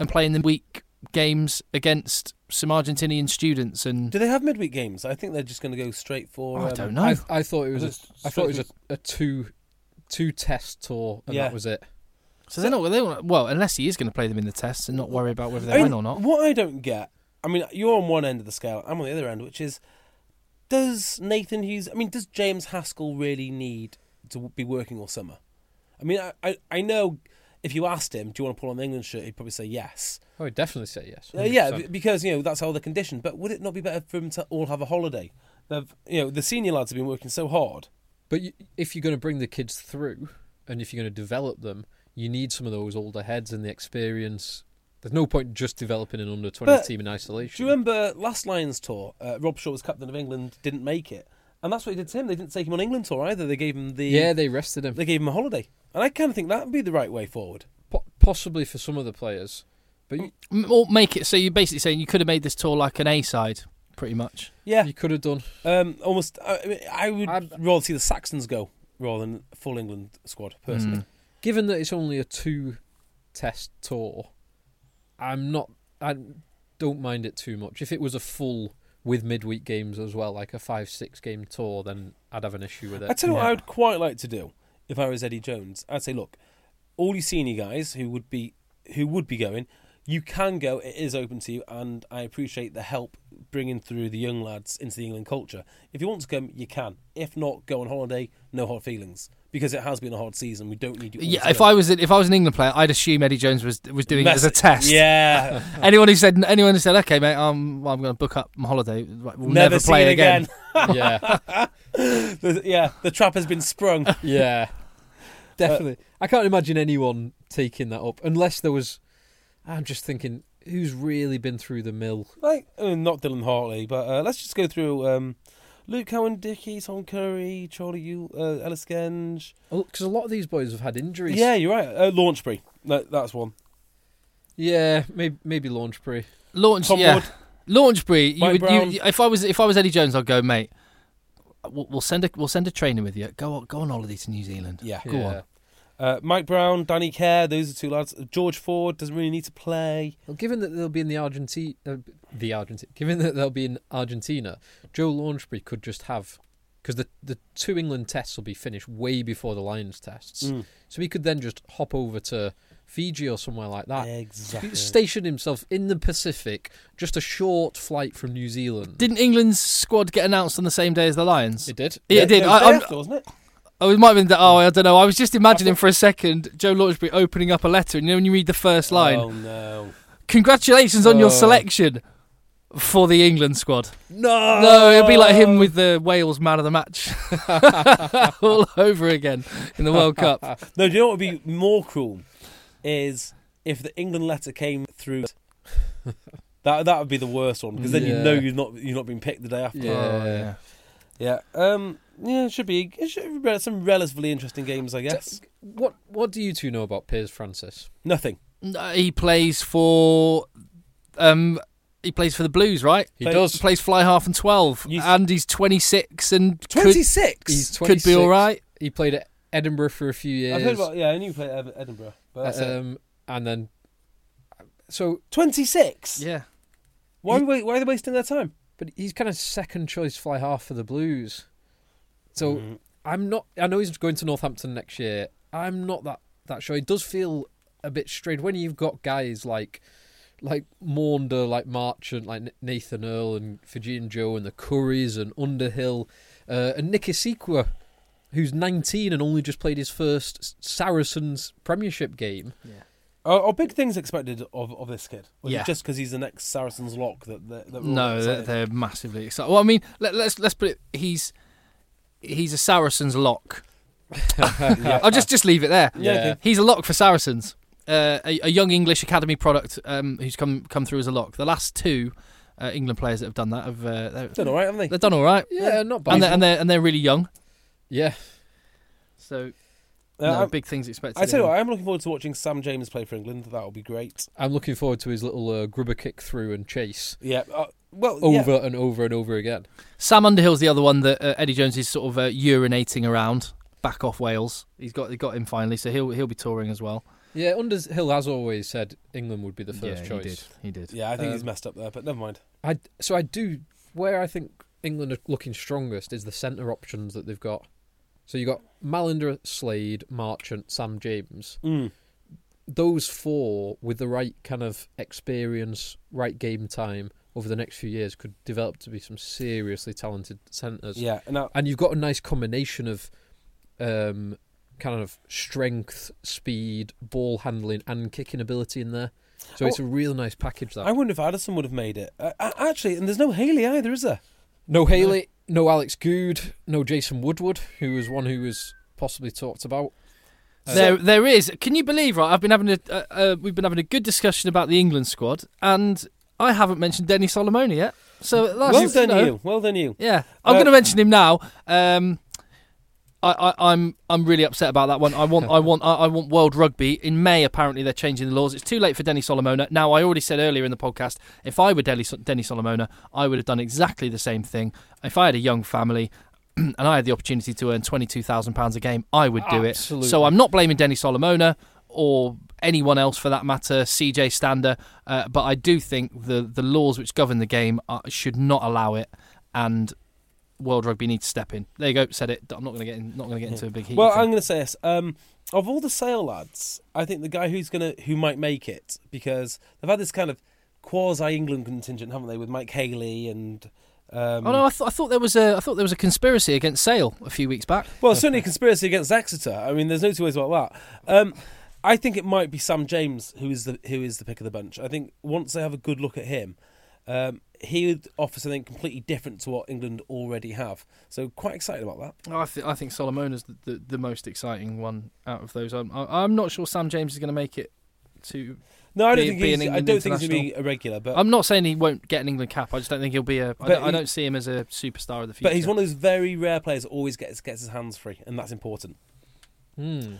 C: and playing the week games against some Argentinian students and
B: Do they have midweek games? I think they're just going to go straight for.
C: I
B: um,
C: don't
D: I,
C: know.
D: I thought it was,
B: Was it
D: a, I thought it was
B: strictly-
D: a, a two two test tour, and
B: Yeah.
D: that was it.
C: So they're not. They won't- well, unless he is going to play them in the tests and not worry about whether they
B: I
C: win
B: mean,
C: or not.
B: What I don't get, I mean, you're on one end of the scale. I'm on the other end, which is, does Nathan Hughes? I mean, does James Haskell really need to be working all summer? I mean, I, I, I know if you asked him, do you want to pull on the England shirt, he'd probably say yes.
D: I would definitely say yes.
B: Uh, yeah,
D: 100%.
B: b- because you know that's how they're conditioned. But would it not be better for them to all have a holiday? They've, you know, the senior lads have been working so hard.
D: But you, if you're going to bring the kids through and if you're going to develop them, you need some of those older heads and the experience. There's no point just developing an under 20
B: But
D: team in isolation.
B: Do you remember last Lions tour? Uh, Rob Shaw was captain of England, didn't make it, and that's what he did to him. They didn't take him on England tour either. They gave him the
D: yeah, they rested him.
B: they gave him a holiday, and I kind of think that would be the right way forward.
D: Po- possibly for some of the players. But you,
C: M- Or make it so you're basically saying you could have made this tour like an A side, pretty much.
B: Yeah,
D: you could have done.
B: um, almost. I, I mean, I would
D: I'm-
B: rather see the Saxons go rather than full England squad
D: Hmm.
B: personally.
D: Given that it's only a two test tour, I'm not. I don't mind it too much. If it was a full with midweek games as well, like a five, six game tour, then I'd have an issue with it.
B: I tell you what,
C: Yeah.
B: I would quite like to do if I was Eddie Jones. I'd say, look, all you senior guys who would be who would be going, you can go. It is open to you, and I appreciate the help bringing through the young lads into the England culture. If you want to come, you can. If not, go on holiday. No hard feelings because it has been a hard season. We don't need you. all
C: Yeah,
B: to
C: if I was if I was an England player, I'd assume Eddie Jones was was doing it as a
B: Mess-
C: test.
B: Yeah.
C: anyone who said anyone who said, "Okay, mate, I'm well, I'm going to book up my holiday. Right, We'll never,
B: see
C: play
B: it
C: again."
D: Yeah.
B: The- yeah, the trap has been sprung.
D: Yeah, definitely. I can't imagine anyone taking that up unless there was. I'm just thinking, who's really been through the mill?
B: like uh, not Dylan Hartley, but uh, let's just go through um, Luke Cowan, Dickey, Tom Curry, Charlie U, uh, Ellis Genge.
D: Because Oh, a lot of these boys have had injuries.
B: Yeah, you're right. Uh, Launchbury, that, that's one.
D: yeah, maybe maybe Launchbury.
C: Launch,
B: Tom
C: yeah,
B: Wood.
C: Launchbury. You
B: Mike
C: would,
B: Brown.
C: you, if I was if I was Eddie Jones, I'd go, mate. We'll, we'll send a we'll send a trainer with you. Go on, go on holiday to New Zealand.
B: Yeah.
C: go on.
D: Yeah.
B: Uh, Mike Brown, Danny Kerr, those are two lads. George Ford doesn't really need to play.
D: Well, given that they'll be in the Argentina, uh, the Argentina, given that they'll be in Argentina, Joe Launchbury could just have because the the two England tests will be finished way before the Lions tests, so he could then just hop over to Fiji or somewhere like that.
B: Exactly.
D: Station himself in the Pacific, just a short flight from New Zealand.
C: Didn't England's squad get announced on the same day as the Lions?
D: it did.
C: It did.
B: It was
C: I,
B: day
C: I'm-
B: after, wasn't it?
C: Oh, it might have been that. Oh, I don't know. I was just imagining for a second Joe Launchbury opening up a letter, and you know when you read the first line,
B: Oh no.
C: "Congratulations on your
D: Oh.
C: selection for the England squad."
B: No.
C: No, it'll be like him with the Wales man of the match all over again in the World Cup.
B: No, do you know what would be more cruel? Is if the England letter came through. That that would be the worst one because then you
D: Yeah.
B: know you've not you've not been picked the day after.
D: Yeah.
C: yeah.
B: Yeah. Um. Yeah. It should be. It should be some relatively interesting games, I guess.
D: What What do you two know about Piers Francis?
B: Nothing.
C: No, uh, He plays for, um, he plays for the Blues, right?
D: He
B: Play-
D: does.
C: plays fly half and twelve,
B: You-
C: and he's twenty six and could-
B: Twenty six.
D: He's
C: Could be all
D: 26.
C: right.
D: He played at Edinburgh for a few years,
B: I've heard about. Yeah, I knew you played Ed- Edinburgh, but uh, that's it.
D: um, and then so.
B: Twenty six.
C: Yeah.
B: Why? Are we, why are they wasting their time?
D: But he's kind of second choice fly half for the Blues. So I'm not. I know he's going to Northampton next year. I'm not that that sure. It does feel a bit strange when you've got guys like like Maunder, like Marchant, like N- Nathan Earl and Fijian Joe and the Curries and Underhill uh, and Nicky Sequa, who's 19 and only just played his first Saracens Premiership game.
B: Are, are big things expected of, of this kid? Or is it
C: Yeah.
B: Just because he's the next Saracens lock that that, that we're all
C: No, they're,
B: excited?
C: they're massively excited. Well, I mean, let, let's let's put it. He's he's a Saracens lock. I'll just just leave it there.
D: Yeah, okay.
C: he's a lock for Saracens. Uh, a, a young English academy product um, who's come come through as a lock. The last two uh, England players that have done that have uh, they're,
B: Done all right, haven't they?
C: they've done all right.
D: Yeah, not bad.
C: and they're, and they're and they're really young.
D: yeah,
C: So
B: Uh,
C: no,
B: I'm-
C: big things expected.
B: I tell you,
C: of
B: what,
C: him.
B: I'm looking forward to watching Sam James play for England. That will be great.
D: I'm looking forward to his little uh, grubber kick through and chase
B: Yeah. Uh, well, yeah.
D: over and over and over again.
C: Sam Underhill's the other one that uh, Eddie Jones is sort of uh, urinating around. Back off Wales. He's got he got him finally, so he'll he'll be touring as well.
D: Yeah, Underhill has always said England would be the first
C: yeah,
D: choice.
C: he did. He did.
B: Yeah, I think he's messed up there, but never mind.
D: I so I do where I think England are looking strongest is the centre options that they've got. So you got Malinder, Slade, Marchant, Sam James.
B: Mm.
D: Those four with the right kind of experience, right game time over the next few years could develop to be some seriously talented centres.
B: Yeah. Now,
D: and you've got a nice combination of um, kind of strength, speed, ball handling, and kicking ability in there. So it's a real nice package. That
B: Oh. I wonder if Addison would have made it. Uh, uh, actually, and there's no Haley either, is there?
D: no Haley, no Alex Good, no Jason Woodward, who was one who was possibly talked about. Uh,
B: Uh,
C: There, there is. Can you believe? Right, I've been having a, uh, uh, we've been having a good discussion about the England squad, and I haven't mentioned Denny Solomon yet. So that's,
B: well done
C: know,
B: you. Well done you.
C: Yeah, I'm
B: Uh,
C: going to mention him now. Um, I, I, I'm, I'm really upset about that one. I want, I want, I, I want World Rugby in May. Apparently, they're changing the laws. It's too late for Denny Solomona. Now, I already said earlier in the podcast, if I were Denny, Denny Solomona, I would have done exactly the same thing. If I had a young family. And I had the opportunity to earn twenty-two thousand pounds a game. I would do
D: Absolutely.
C: it. So I'm not blaming Denny Solomona or anyone else for that matter, CJ Stander, uh, but I do think the the laws which govern the game are, should not allow it, and World Rugby need to step in. There you go, said it. I'm not going to get in, not going to get into a big heat.
B: Well,
C: thing.
B: I'm going to say this. Um, of all the sale lads, I think the guy who's going to who might make it because they've had this kind of quasi England contingent, haven't they, with Mike Haley and. Um,
C: oh no, I, th- I thought there was a I thought there was a conspiracy against Sale a few weeks back.
B: Well, certainly a conspiracy against Exeter. I mean, there's no two ways about that. Um, I think it might be Sam James who is the who is the pick of the bunch. I think once they have a good look at him, um, he would offer something completely different to what England already have. So quite excited about that.
C: Oh, I, th- I think Solomona's the, the the most exciting one out of those. I'm I, I'm not sure Sam James is going to make it to.
B: No, I don't
C: be-
B: think
C: be
B: he's,
C: an
B: I
C: England
B: don't think he's going to be
C: international.
B: a regular, but
C: I'm not saying he won't get an England cap. I just don't think he'll be a. I
B: But
C: don't, I
B: he-
C: don't see him as a superstar of the future.
B: but he's one of those very rare players that always gets gets his hands free, and that's important.
D: hmm.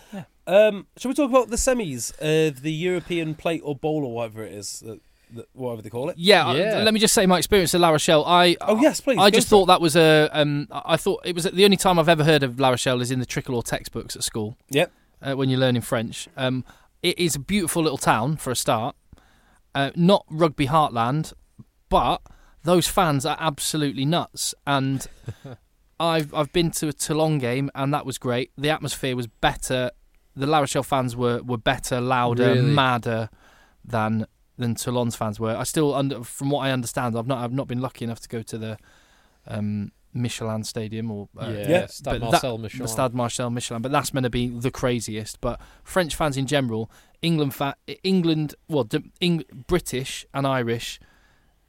B: Um, shall we talk about the semis of the European Plate or Bowl or whatever it is, that, that, whatever they call it?
C: Yeah, I-
D: Yeah.
C: let me just say my experience at La Rochelle. I
B: Oh, yes, please,
C: I
B: go
C: just
B: for it.
C: thought that was a. Um, I I thought it was the only time I've ever heard of La Rochelle is in the Tricolour textbooks at school
B: Yep.
C: uh, when you're learning French. Um, it is a beautiful little town for a start. Uh, not rugby heartland, but those fans are absolutely nuts. And I've I've been to a Toulon game and that was great. The atmosphere was better. The La Rochelle fans were were better, louder,
D: Really?
C: madder than than Toulon's fans were. I still under from what I understand, I've not I've not been lucky enough to go to the um, Michelin Stadium or uh,
D: Yeah,
B: Yeah.
D: Stade
C: but
D: Marcel
C: that,
D: Michelin.
C: Stade Marcel Michelin, but that's meant to be the craziest. But French fans in general, England fa- England, well, d- Eng- British and Irish.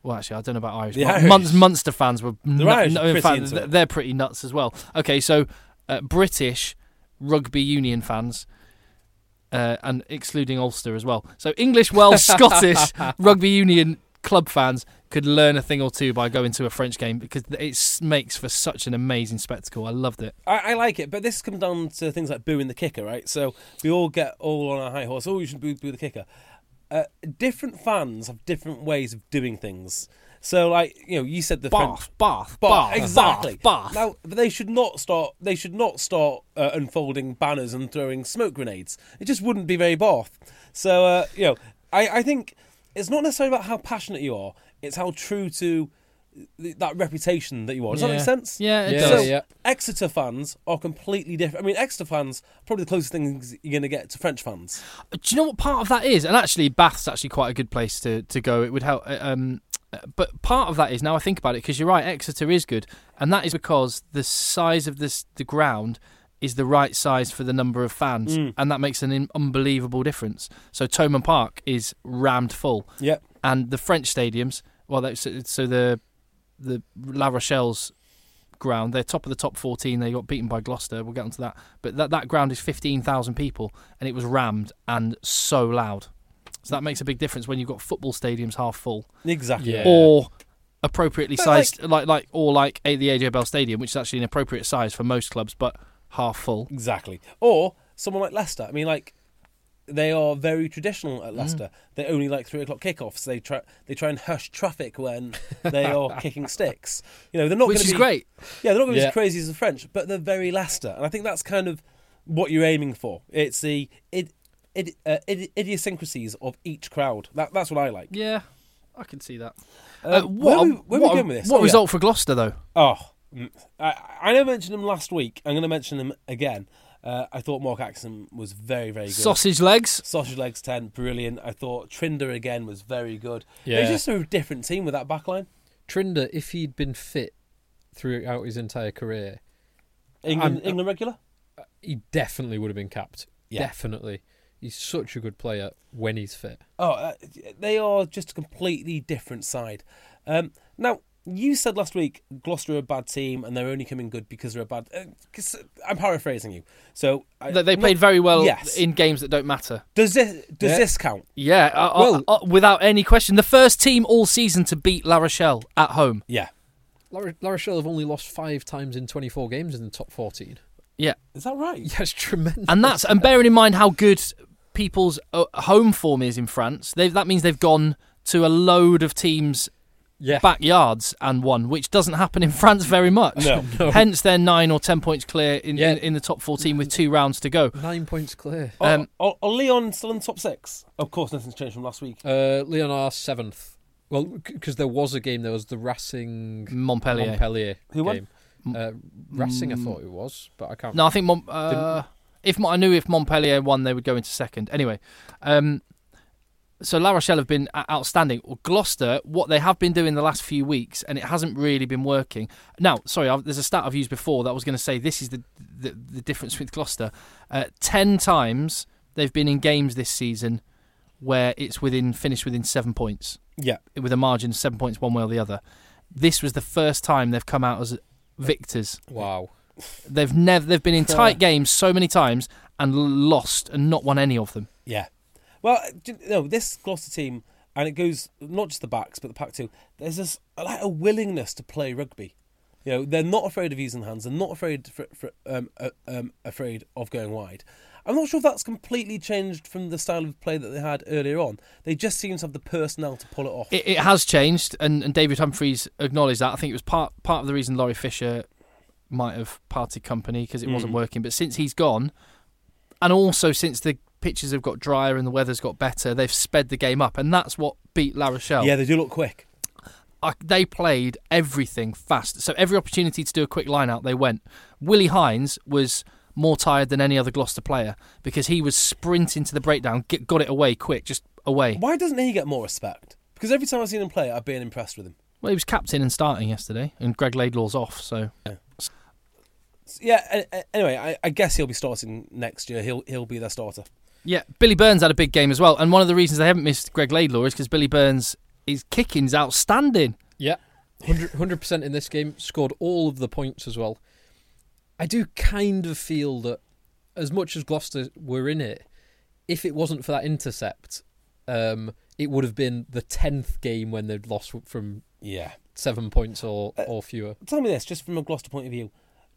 C: Well, actually, I don't know about Irish.
B: The
C: Mon-
B: Irish.
C: Mun- Munster fans were nu-
B: Irish are
C: no,
B: pretty
C: in fact,
B: into
C: th-
B: it.
C: they're pretty nuts as well. Okay, so uh, British rugby union fans. Uh, and excluding Ulster as well. So English, Welsh, Scottish rugby union club fans could learn a thing or two by going to a French game because it s- makes for such an amazing spectacle. I loved it.
B: I, I like it, but this comes down to things like booing the kicker, right? So we all get all on our high horse. Oh, you should boo, boo the kicker. Uh, different fans have different ways of doing things. So, like you know, you said the French-
C: Bath, Bath,
B: But
C: Bath,
B: exactly.
C: Bath, Bath.
B: Now, but they should not start. They should not start uh, unfolding banners and throwing smoke grenades. It just wouldn't be very Bath. So uh, you know, I, I think it's not necessarily about how passionate you are. It's how true to th- that reputation that you are. Does that
C: Yeah.
B: make sense?
C: Yeah, it
D: Yeah,
B: So
C: does.
D: yeah.
B: Exeter fans are completely different. I mean, Exeter fans are probably the closest things you're going to get to French fans.
C: Do you know what part of that is? And actually, Bath's actually quite a good place to, to go. It would help. uh, Um, uh, but part of that is now I think about it because you're right. Exeter is good, and that is because the size of this the ground is the right size for the number of fans, and that makes an in- unbelievable difference. So Toman Park is rammed full.
B: Yep.
C: and the French stadiums. Well, that's, so the the La Rochelle's ground, they're top of the top 14. They got beaten by Gloucester. We'll get onto that. But that that ground is 15,000 people, and it was rammed and so loud. So that makes a big difference when you've got football stadiums half full
B: Exactly.
D: Yeah.
C: or appropriately
B: But
C: sized, like, like or like a- the AJ Bell Stadium, which is actually an appropriate size for most clubs, but half full.
B: Exactly. Or someone like Leicester. I mean, like they are very traditional
D: Mm.
B: at Leicester. They only like three o'clock kickoffs. They try they try and hush traffic when they are kicking sticks. You know, they're not
C: Which
B: gonna
C: is
B: be-
C: great.
B: Yeah, they're not going to be
D: Yeah.
B: as crazy as the French, but they're very Leicester, and I think that's kind of what you're aiming for. It's the id, id, uh, id, idiosyncrasies of each crowd. That, that's what I like.
C: Yeah, I can see that.
B: Uh, where
C: a-
B: we- where we
C: a-
B: going with this?
C: What
B: Oh, yeah.
C: result for Gloucester though?
B: Oh, mm, I, I know I mentioned him last week. I'm going to mention him again. Uh, I thought Mark Axon was very, very good.
C: Sausage legs.
B: Sausage legs ten, brilliant. I thought Trinder again was very good.
D: Yeah.
B: It was just a different team with that back line.
D: Trinder, if he'd been fit throughout his entire career,
B: England,
C: uh,
D: I'm-
B: England regular.
D: he definitely would have been capped.
B: Yeah.
D: Definitely. He's such a good player when he's fit.
B: Oh, uh, they are just a completely different side. Um, now you said last week Gloucester are a bad team and they're only coming good because they're a bad. Uh, 'cause I'm paraphrasing you. So I,
C: They, they
B: not-
C: played very well
B: Yes.
C: in games that don't matter.
B: does this does
D: Yeah.
B: this count?
C: Yeah, uh,
D: Well-
C: uh, uh, without any question, the first team all season to beat La Rochelle at home.
B: Yeah.
D: La La Rochelle have only lost five times in 24 games in the top 14.
C: Yeah,
B: Is that right?
D: Yeah, it's tremendous.
C: and that's and bearing in mind how good people's uh, home form is in France, they've, that means they've gone to a load of teams'
D: yeah.
C: backyards and won, which doesn't happen in France very much.
B: No.
C: Hence, they're nine or ten points clear in,
D: Yeah.
C: in, in the top fourteen with two rounds to go.
D: Nine points clear.
B: Are-
C: Um,
B: are, are Oh, Leon still in the top six? Of course, nothing's changed from last week.
D: Uh, Leon are seventh. Well, because there was a game, there was the Racing
C: Montpellier.
D: Montpellier
B: Who won?
D: game. Uh, Racing, I thought it was, but I can't.
C: mm. No, I think Mon- uh, if Mon- I knew if Montpellier won, they would go into second. Anyway, um, So La Rochelle have been o- outstanding. Well, Gloucester, what they have been doing the last few weeks, and it hasn't really been working. Now, sorry, I've, there's a stat I've used before that I was going to say this is the, the the difference with Gloucester. Uh, Ten times they've been in games this season where it's within finished within seven points
B: Yeah.
C: with a margin of seven points one way or the other. This was the first time they've come out as victors.
D: Wow.
C: They've never they've been in tight games so many times and l- lost and not won any of them.
B: Yeah. Well, d- no, this Gloucester team, and it goes not just the backs, but the pack too. There's this like a willingness to play rugby. You know, they're not afraid of using hands. They're not afraid for, for, um, uh, um, afraid of going wide. I'm not sure if that's completely changed from the style of play that they had earlier on. They just seem to have the personnel to pull it off.
C: It, it has changed, and, and David Humphreys acknowledged that. I think it was part part of the reason Laurie Fisher might have parted company because it wasn't working. But since he's gone, and also since the pitches have got drier and the weather's got better, they've sped the game up, and that's what beat La Rochelle.
B: yeah, they do look quick.
C: I, uh, they played everything fast. So every opportunity to do a quick line out, they went. Willie Hines was more tired than any other Gloucester player because he was sprinting to the breakdown, get, got it away quick, just away.
B: Why doesn't he get more respect? Because every time I've seen him play, I've been impressed with him.
C: Well, he was captain and starting yesterday, and Greg Laidlaw's off, so
B: Yeah. a- a- Anyway, I, I guess he'll be starting next year. He'll he'll be their starter.
C: Yeah, Billy Burns had a big game as well, and one of the reasons they haven't missed Greg Laidlaw is because Billy Burns his kicking's outstanding.
D: Yeah, 100 percent in this game. Scored all of the points as well. I do kind of feel that, as much as Gloucester were in it, if it wasn't for that intercept, um, it would have been the tenth game when they'd lost from
B: Yeah.
D: seven points or, or fewer.
B: tell me this, just from a Gloucester point of view,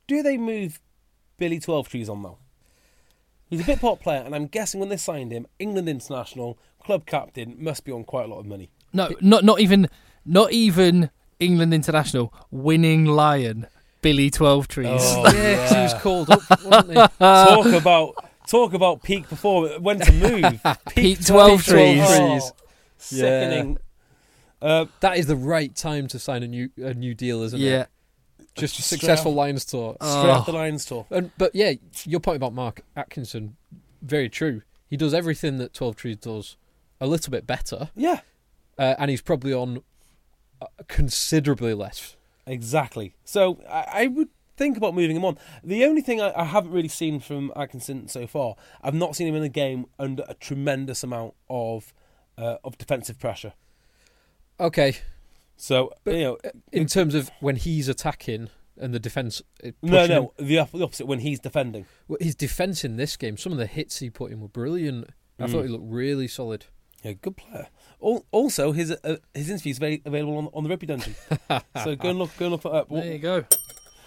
B: do they move Billy Twelve Trees on now? He's a bit part player, and I'm guessing when they signed him, England international, club captain, must be on quite a lot of money.
C: No, not not even not even England international winning lion Billy Twelve Trees.
D: yeah, 'cause he was called up, wasn't he?
C: Ah.
B: talk about talk about peak performance. When to move?
C: Peak 12 trees.
B: Oh,
D: Yeah.
B: Sickening. Uh,
D: That is the right time to sign a new a new deal, isn't it?
C: yeah,
D: just
B: Straight
D: successful lines tour.
B: straight off the
C: Oh.
B: Lions tour.
D: And but yeah, your point about Mark Atkinson, very true. He does everything that Twelve Trees does, a little bit better,
B: Yeah,
D: uh, and he's probably on uh, considerably less.
B: Exactly. So I, I would think about moving him on. The only thing I, I haven't really seen from Atkinson so far, I've not seen him in a game under a tremendous amount of uh, of defensive pressure.
D: Okay,
B: So you know,
C: uh,
D: in terms of when he's attacking and the defense, uh,
B: no, no, the, op- the opposite when he's defending.
D: his defense in this game, some of the hits he put in were brilliant. I
B: Mm.
D: thought he looked really solid.
B: Yeah, good player. Al- Also, his uh, his interview is available on, on the Rippy Dungeon. so go and look, go and look that up.
C: there you go.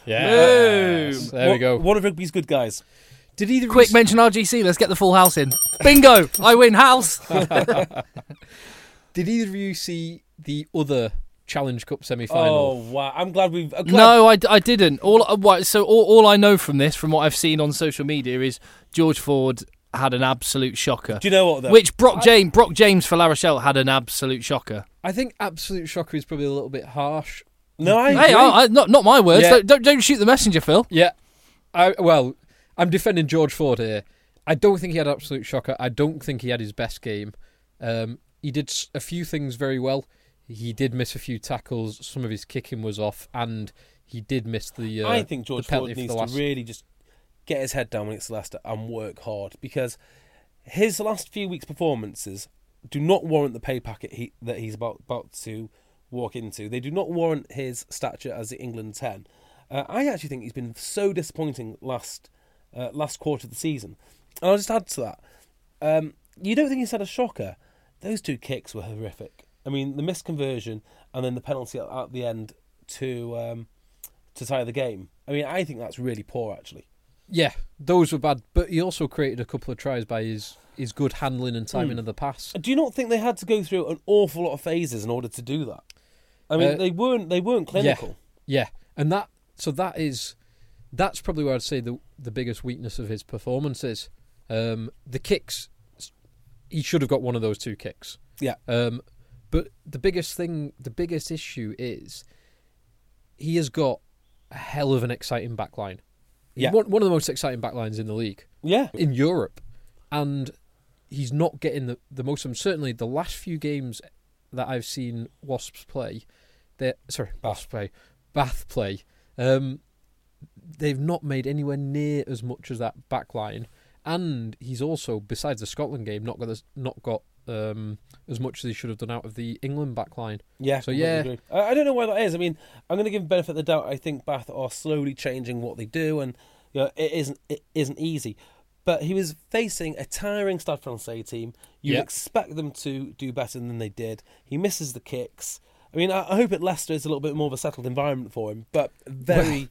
D: Yes, there we
B: One-
D: go.
B: One of rugby's good guys.
D: Did either of
C: Quick
D: you-
C: mention RGC. Let's get the full house in. Bingo! I win house.
D: Did either of you see the other Challenge Cup semi-final?
B: Oh wow! I'm glad we've. I'm glad-
C: No, I, d- I didn't. All uh, right, so all, all I know from this, from what I've seen on social media, is George Ford had an absolute shocker.
B: Do you know what though?
C: Which Brock James, Brock James for La Rochelle had an absolute shocker.
D: I think absolute shocker is probably a little bit harsh.
B: No, I.
C: Hey,
B: agree.
C: I, I, not not my words.
D: Yeah.
C: Don't, don't don't shoot the messenger, Phil.
D: Yeah, I well, I'm defending George Ford here. I don't think he had absolute shocker. I don't think he had his best game. Um, he did s- a few things very well. He did miss a few tackles. Some of his kicking was off, and he did miss the. Uh,
B: I think George
D: the penalty
B: Ford
D: for
B: needs
D: the last.
B: to really just get his head down when it's Leicester and work hard because his last few weeks' performances do not warrant the pay packet he, that he's about about to walk into. They do not warrant his stature as the England ten. Uh, I actually think he's been so disappointing last uh, last quarter of the season, and I'll just add to that. Um, you don't think he's had a shocker? Those two kicks were horrific. I mean, the missed conversion and then the penalty at, at the end to um, to tie the game. I mean, I think that's really poor, actually.
D: yeah, those were bad. But he also created a couple of tries by his his good handling and
B: Hmm.
D: timing of the pass.
B: Do you not think they had to go through an awful lot of phases in order to do that? I mean,
D: Uh,
B: they weren't they weren't clinical.
D: Yeah, yeah, and that so that is that's probably where I'd say the the biggest weakness of his performance is um, the kicks. He should have got one of those two kicks.
B: Yeah.
D: Um, but the biggest thing, the biggest issue is he has got a hell of an exciting backline.
B: Yeah.
D: One, one of the most exciting backlines in the league
B: Yeah,
D: in Europe, and he's not getting the, the most of them. Certainly, the last few games that I've seen Wasps play, they sorry, Wasps play, Bath play, um, they've not made anywhere near as much as that back line. And he's also, besides the Scotland game, not got as, not got um, as much as he should have done out of the England back line.
B: Yeah.
D: So
B: completely
D: yeah,
B: agree. I, I don't know why that is. I mean, I'm going to give them benefit of the doubt. I think Bath are slowly changing what they do, and you know, it isn't it isn't easy. But he was facing a tiring Stade Francais team. You
D: Yeah.
B: expect them to do better than they did. He misses the kicks. I mean, I, I hope at Leicester it's a little bit more of a settled environment for him, but very.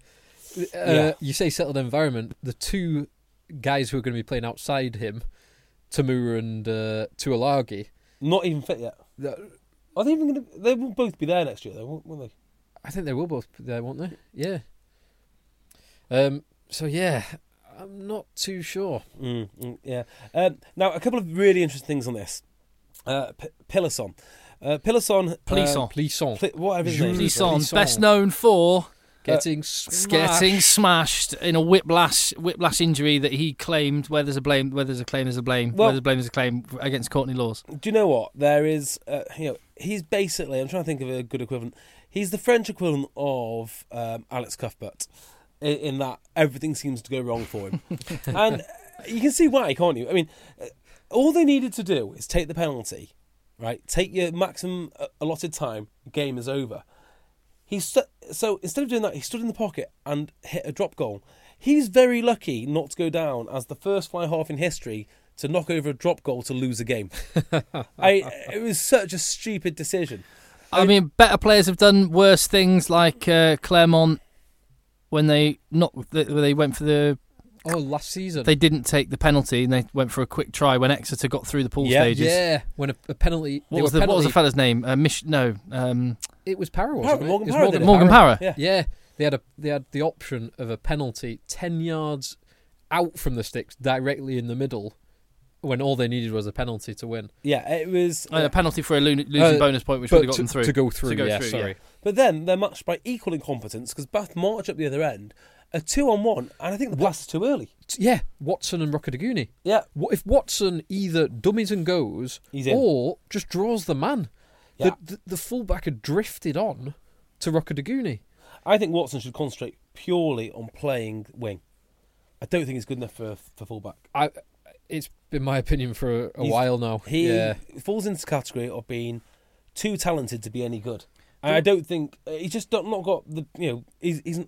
D: Uh, you say settled environment. The two guys who are going to be playing outside him, Tamura and uh, Tuolagi,
B: Not even fit yet.
D: th-
B: Are they even going to? They will both be there next year, though, won't, won't they?
D: I think they will both be there, won't they? Yeah. Um. So yeah, I'm not too sure.
B: Mm, mm, yeah. Um, now, a couple of really interesting things on this. Uh, P- Pilisson. Uh, Pilisson.
C: Plisson.
B: uh,
D: Plisson
B: Pli- whatever his name is.
C: Plisson, best known for
D: getting
C: getting
D: smashed.
C: smashed in a whiplash whiplash injury that he claimed. Where there's a blame, where there's a claim, there's a blame.
B: Well-
C: where there's a blame, there's a claim against Courtney Laws.
B: Do you know what? There is, uh, you know, he's basically, I'm trying to think of a good equivalent. He's the French equivalent of um, Alex Cuthbert in, in that everything seems to go wrong for him. and uh, you can see why, can't you? I mean, uh, all they needed to do is take the penalty, right? Take your maximum uh, allotted time, game is over. He st- so instead of doing that, he stood in the pocket and hit a drop goal. He's very lucky not to go down as the first fly half in history to knock over a drop goal to lose a game. I it was such a stupid decision.
C: I mean, better players have done worse things, like uh, Claremont when they not when they went for the
D: Oh, last season.
C: they didn't take the penalty and they went for a quick try when Exeter got through the pool
B: Yeah,
C: stages.
D: yeah, when a, a penalty.
C: What
D: they
C: was,
D: were
C: the, what was the
D: penalty-
C: fella's name? Uh, Mich- no, um,
D: It was Parra.
B: Parra,
D: Wasn't it?
B: Morgan
D: It was
B: Parra did it.
C: Morgan Parra.
B: Yeah.
D: Yeah, they had a they had the option of a penalty ten yards out from the sticks, directly in the middle, when all they needed was a penalty to win.
B: Yeah, it was.
C: And a uh, penalty for a lo- losing
D: Uh,
C: bonus point, which
D: but
C: would have got
D: to-
C: them through
D: to go through, yeah, sorry.
B: But then they're matched by equal incompetence because Bath march up the other end, a two on one, and I think the pass is too early.
D: T- Yeah, Watson and Rockadaguni.
B: Yeah.
D: What if Watson either dummies and goes,
B: He's in.
D: or just draws the man?
B: Yeah.
D: The, the the fullback had drifted on to Rockadaguni.
B: I think Watson should concentrate purely on playing wing. I don't think he's good enough for for fullback.
D: I, it's been my opinion for a, a
B: He's-
D: while now.
B: He
D: yeah.
B: falls into the category of being too talented to be any good. And I don't think uh, he's just not, not got the you know he's, he's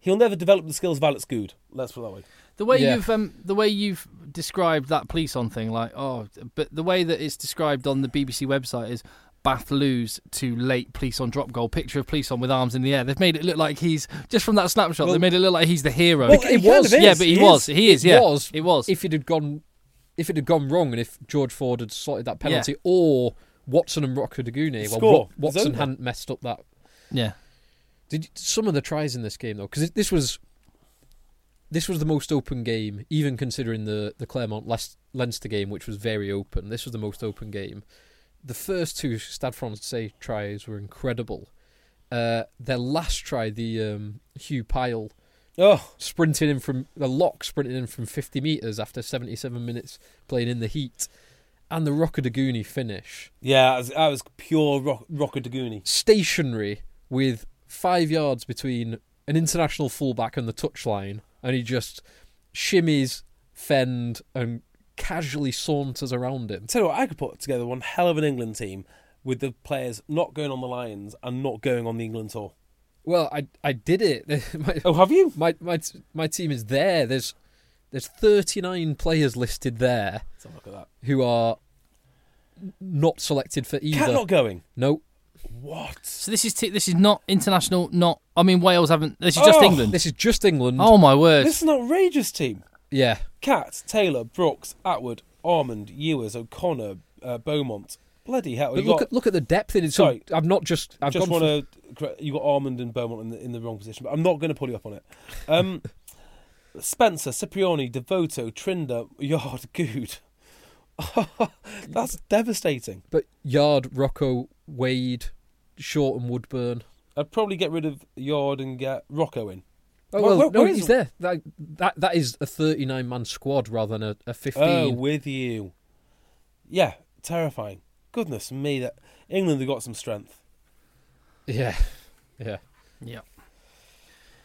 B: he'll never develop the skills of Alex Good. Let's put it that way.
C: The way
D: Yeah.
C: you've um, the way you've described that police on thing, like oh, but the way that it's described on the BBC website is Bath lose to late police on drop goal. Picture of police on with arms in the air. They've made it look like he's just from that snapshot. they made it look like he's the hero.
B: Well, he kind of is.
C: yeah, but he,
B: He
C: was,
B: is.
C: he is,
D: It
C: yeah,
D: was.
C: it was.
D: If it had gone, if it had gone wrong, and if George Ford had slotted that
C: Yeah.
D: penalty, or Watson and Rockadaguni, well,
B: Score.
D: Wa-
B: It's
D: Watson
B: over.
D: hadn't messed up that.
C: yeah,
D: Did some of the tries in this game though? Because this was, this was the most open game, even considering the the Claremont Leic- Leinster game, which was very open. This was the most open game. The first two Stade Francais tries were incredible. Uh, their last try, the um, Hugh Pyle
B: Oh,
D: sprinting in from the lock sprinting in from 50 meters after 77 minutes playing in the heat and the Rockadaguni finish
B: Yeah, I was, I was pure rock, rockadagoonie.
D: stationary with 5 yards between an international fullback and the touchline and he just shimmies fend and casually saunters around him
B: Tell you what, I could put together one hell of an England team with the players not going on the Lions and not going on the England tour.
D: well i i did it my,
B: Oh, have you?
D: my my t- my team is there there's there's 39 players listed there
B: Let's have a look at that.
D: who are n- not selected for either
B: Cat not going.
D: no
B: What?
C: So this is t- this is not international. Not I mean Wales haven't. This is just
B: Oh!
C: England.
D: This is just England.
C: oh my word!
B: This is an outrageous team.
D: Yeah.
B: Cat, Taylor, Brooks, Atwood, Armand, Ewers, O'Connor, uh, Beaumont. Bloody hell!
D: But
B: you
D: look
B: got,
D: at look at the depth in it. So
B: Sorry.
D: I've not just I've
B: just
D: gone
B: want to you got Armand and Beaumont in the, in the wrong position, but I'm not going to pull you up on it. Um, Spencer, Cipriani, Devoto, Trinder, Yard, Good. That's devastating.
D: for- but Yard, Rocco, Wade, Short and Woodburn.
B: I'd probably get rid of Yard and get Rocco in. Where-
D: Oh well,
B: where-
D: no,
B: where
D: he's
B: is-
D: there. That, that that is a 39 man squad rather than a, a 15.
B: Oh, with you. yeah, terrifying. Goodness me, that England have got some strength.
D: Yeah, yeah.
C: Yeah.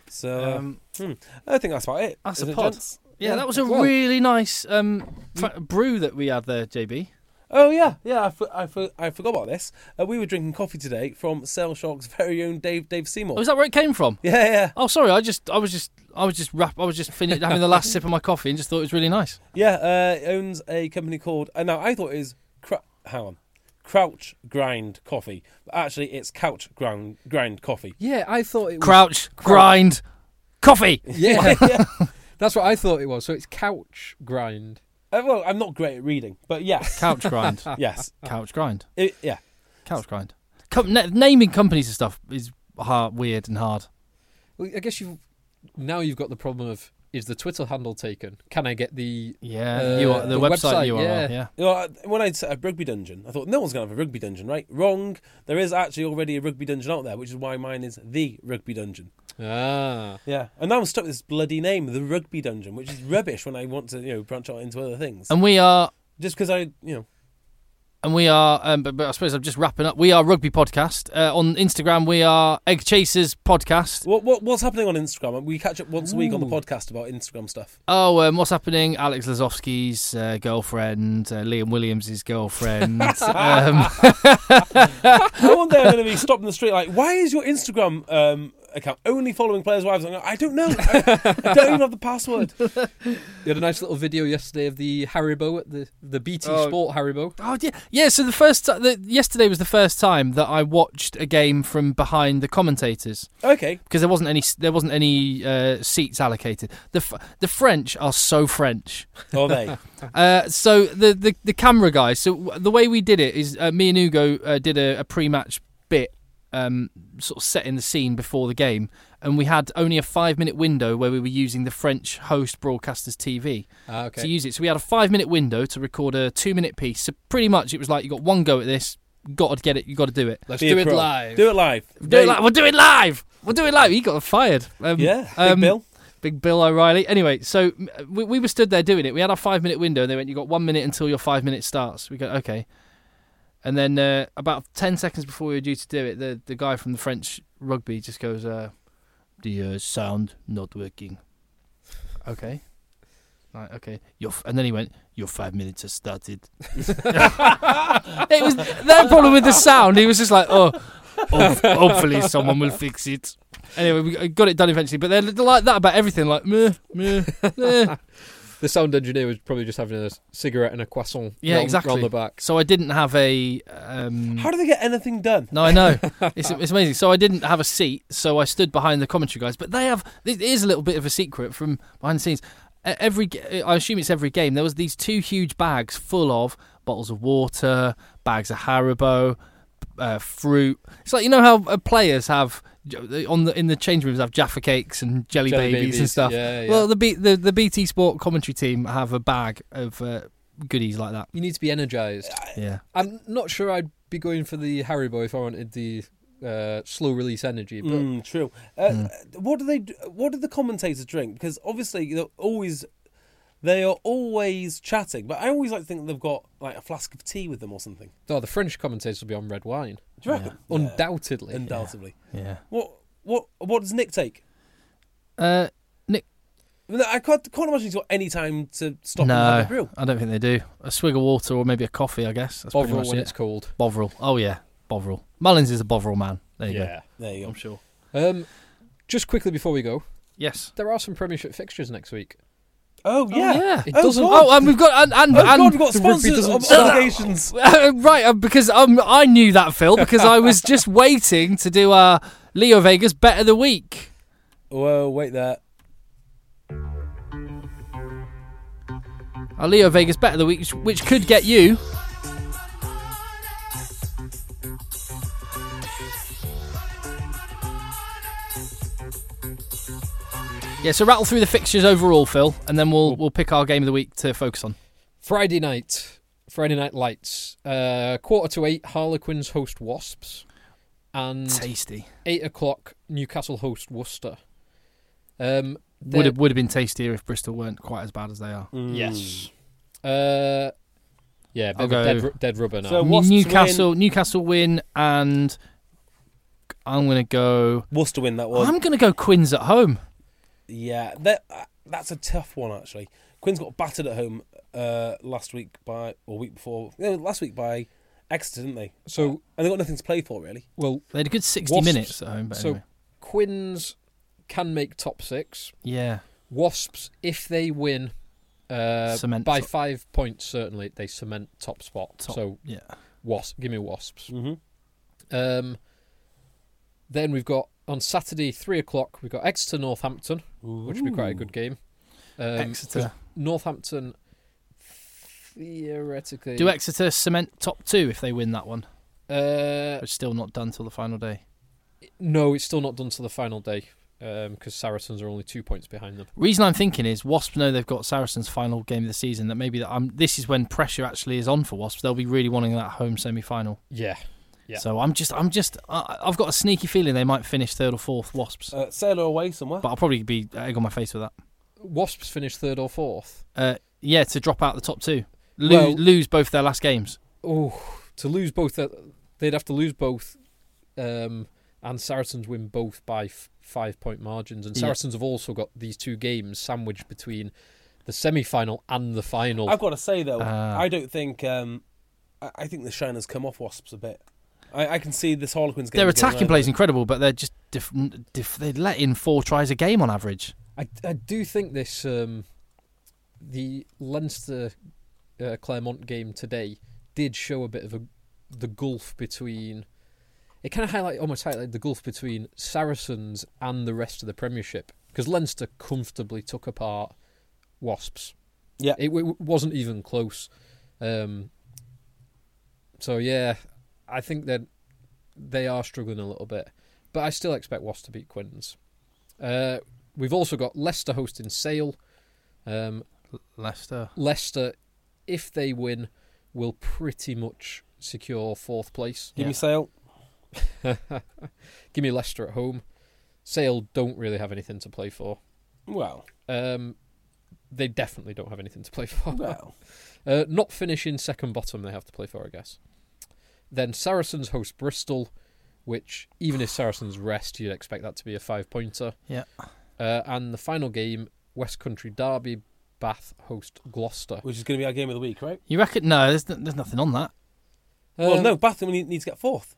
B: So
C: Um,
B: hmm, I think that's about it.
C: That's
B: uh, Is
C: a
B: it,
C: pod.
B: gents?
C: Yeah, that was a
B: well,
C: really nice um, fa- brew that we had there, JB.
B: Oh yeah, yeah. I, for, I, for, I forgot about this. Uh, we were drinking coffee today from Sail Shark's very own Dave Dave Seymour.
C: Oh, is that where it came from?
B: yeah, yeah,
C: Oh, sorry. I just, I was just, I was just wrap, I was just finished having the last sip of my coffee and just thought it was really nice.
B: yeah. Uh, he owns a company called. Uh, now I thought it was Cra- hang on, Crouch Grind Coffee. But actually, it's Couch Grind Grind Coffee.
D: Yeah, I thought it was.
C: Crouch, grind, coffee.
D: yeah. That's what I thought it was. So it's couch grind.
B: Uh, well, I'm not great at reading, but yes,
C: Couch grind.
B: yes,
C: Couch grind.
B: It- yeah.
C: Couch grind. Com- na- naming companies and stuff is hard, weird and hard.
D: Well, I guess you now you've got the problem of is the Twitter handle taken? Can I get the
C: Yeah,
D: Uh,
C: you are, the,
D: the
C: website,
D: website,
C: you are.
D: yeah.
C: yeah.
B: You know, I- when I set up Rugby Dungeon, I thought no one's going to have a Rugby Dungeon, right? Wrong. There is actually already a Rugby Dungeon out there, which is why mine is the Rugby Dungeon.
D: ah?
B: Yeah, and now I'm stuck with this bloody name, the Rugby Dungeon, which is rubbish when I want to, you know, branch out into other things.
C: And we are,
B: Just because I, you know,
C: and we are, um, but, but I suppose I'm just wrapping up. We are Rugby Podcast. Uh, on Instagram, we are Egg Chasers Podcast.
B: what, what what's happening on Instagram? We catch up once a week on the podcast about Instagram stuff.
C: Oh, um, what's happening? Alex Lazowski's uh, girlfriend, uh, Liam Williams' girlfriend. um,
B: No one there going to be stopped in the street like, why is your Instagram um, account only following players' wives? I'm like, I don't know. I, I don't even have the password.
D: You had a nice little video yesterday of the Haribo at the the BT
C: Oh.
D: Sport Haribo.
C: oh yeah, yeah. So the first ti- the, yesterday was the first time that I watched a game from behind the commentators
B: Okay,
C: because there wasn't any s- there wasn't any uh, seats allocated. The f- the French are so French.
B: are they?
C: Uh, so the, the the camera guys. So w- the way we did it is uh, me and Hugo uh, did a, a pre-match bit, um, sort of setting the scene before the game, and we had only a five-minute window where we were using the French host broadcaster's TV
D: Ah, okay.
C: to use it. So we had a five-minute window to record a two-minute piece. So pretty much it was like you got one go at this. Got to get it. You got to do it.
D: Let's
B: Be a
D: do it
B: pro.
D: live.
B: Do it live.
C: Do it live. We'll do it live. We'll do it live. He got fired. Um,
B: Yeah, Big
C: um,
B: Bill.
C: Big Bill O'Reilly. Anyway, so m- we, we were stood there doing it. We had our five minute window, and they went, "You got one minute until your five minute starts." We go, "Okay," and then uh, about ten seconds before we were due to do it, the the guy from the French rugby just goes, uh, "The uh, sound not working." Okay. Right, okay. Your f- and then he went. Your five minutes has started. it was that problem with the sound. He was just like, oh, hope- hopefully someone will fix it. Anyway, we got it done eventually. But they're like that about everything. Like, meh, meh, meh.
D: The sound engineer was probably just having a cigarette and a croissant.
C: Yeah,
D: round,
C: exactly.
D: Round the back.
C: So I didn't have a. Um,
B: How do they
D: Mm.
B: get anything done?
C: no, I know. It's, it's amazing. So I didn't have a seat, so I stood behind the commentary guys. But they have. It is a little bit of a secret from behind the scenes. E- Every, g- I assume it's every game. There was these two huge bags full of bottles of water, bags of Haribo, uh, fruit. It's like you know how uh, players have j- on the in the change rooms have Jaffa cakes and jelly,
D: Jelly
C: babies, and
D: babies,
C: stuff.
D: yeah, yeah.
C: Well, the, B, the the BT Sport commentary team have a bag of uh, goodies like that.
D: You need to be energised.
C: Yeah.
D: I'm not sure I'd be going for the Haribo if I wanted the uh, slow release energy, but
B: Mm, true. Uh,
D: Mm.
B: What do they? Do, what do the commentators drink? Because obviously they're always, they are always chatting. But I always like to think they've got like a flask of tea with them or something.
D: no, the French commentators will be on red wine.
B: Do you reckon?
D: Undoubtedly.
B: Undoubtedly.
C: Yeah.
B: What? What? What does Nick take?
C: Uh, Nick,
B: I mean, I can't, can't imagine he's got any time to stop
C: no,
B: and have a brew.
C: I don't think they do. A swig of water or maybe a coffee, I guess. That's
D: Bovril
C: pretty much
D: when
C: it.
D: it's cold.
C: Bovril. Oh yeah, Bovril. Mullins is a Bovril man. There you go.
B: There you go.
C: sure.
D: Um, just quickly before we go,
C: Yes.
D: there are some Premiership fixtures next week.
B: Oh yeah.
C: yeah.
D: It
B: Oh,
D: doesn't.
B: God.
C: Oh, and we've got and and,
B: Oh
C: and
B: God, we've got
D: the rugby
B: sponsors
D: doesn't
B: ob-
D: stop.
B: obligations.
C: Uh, right, uh, because um, I knew that, Phil, because I was just waiting to do our Leo Vegas bet of the week.
B: Whoa, wait there.
C: Our Leo Vegas bet of the week, which- which could get you. Yeah, so rattle through the fixtures overall, Phil, and then we'll we'll pick our game of the week to focus on.
D: Friday night, Friday night lights. Uh, quarter to eight, Harlequins host Wasps, and
C: Tasty
D: eight o'clock, Newcastle host Worcester. Um,
C: would Hmm. have
B: Mm.
C: would have been tastier if Bristol weren't quite as bad as they are.
D: yes. Uh, Yeah, a bit
C: I'll
D: of a dead,
C: go-
D: ru- dead rubber now.
B: So what- Wasps win.
C: Newcastle, Newcastle win, and I'm gonna go.
B: Worcester win that one.
C: I'm gonna go Quins at home.
B: Yeah, that uh, that's a tough one actually. Quinn's got battered at home uh, last week by or week before. No, last week by Exeter, didn't they?
D: So-
B: and they got nothing to play for really.
D: well,
C: They had a good 60
D: Wasps-
C: minutes at home. But
D: so
C: anyway.
D: Quinns can make top six.
C: yeah,
D: Wasps, if they win uh,
C: Cement
D: by
C: top-
D: five points, certainly they cement top spot.
C: top-
D: So
C: yeah,
D: wasp, give me wasps.
B: Mm-hmm.
D: Um, then we've got on Saturday three o'clock. We've got Exeter Northampton, which would be quite a good game. Um, 'cause
C: Exeter.
D: Northampton theoretically
C: Do Exeter cement top two if they win that one?
D: uh,
C: It's still not done till the final day.
D: no, it's still not done till the final day because Saracens are only two points behind them.
C: Reason I'm thinking is Wasps know they've got Saracens' final game of the season. That maybe that I'm, this is when pressure actually is on for Wasps. They'll be really wanting that home semi-final.
D: Yeah, yeah.
C: So I'm just, I'm just, I, I've got a sneaky feeling they might finish third or fourth Wasps.
B: Uh, Sailor away somewhere.
C: but I'll probably be egg on my face with that.
D: Wasps finished third or fourth.
C: Uh, yeah, to drop out the top two, lose,
D: Well-
C: lose both their last games.
D: Oh, to lose both, uh, they'd have to lose both, um, and Saracens win both by f- five point margins. And
C: Yeah.
D: Saracens have also got these two games sandwiched between the semi final and the
C: Oh,
D: final.
B: I've got to say though,
C: Ah.
B: I don't think um, I, I think the Shiners come off Wasps a bit. I, I can see this Harlequins game.
C: Their
B: is going
C: attacking
B: well.
C: play is incredible, but they're just diff- diff- they let in four tries a game on average.
D: I, I do think this um, the Leinster uh, Claremont game today did show a bit of a the gulf between. It kind of highlight almost highlighted the gulf between Saracens and the rest of the Premiership because Leinster comfortably took apart Wasps.
B: Yeah.
D: it, w- w- wasn't even close. Um, so yeah, I think that they are struggling a little bit, but I still expect Wasps to beat Quins. Uh, We've also got Leicester hosting Sale. Um,
C: Leicester.
D: Leicester, if they win, will pretty much secure fourth place.
B: Give
C: Yeah.
B: me Sale.
D: Give me Leicester at home. Sale don't really have anything to play for.
B: Well,
D: Um, they definitely don't have anything to play for.
B: well.
D: Uh, not finishing second bottom, they have to play for, I guess. Then Saracens host Bristol, which even if Saracens rest, you'd expect that to be a five pointer.
C: Yeah.
D: Uh, and the final game, West Country Derby, Bath host Gloucester.
B: Which is going to be our game of the week, right?
C: You reckon? No, there's, n- there's nothing on that.
B: well,
D: Um,
B: no, Bath we need, need to get fourth.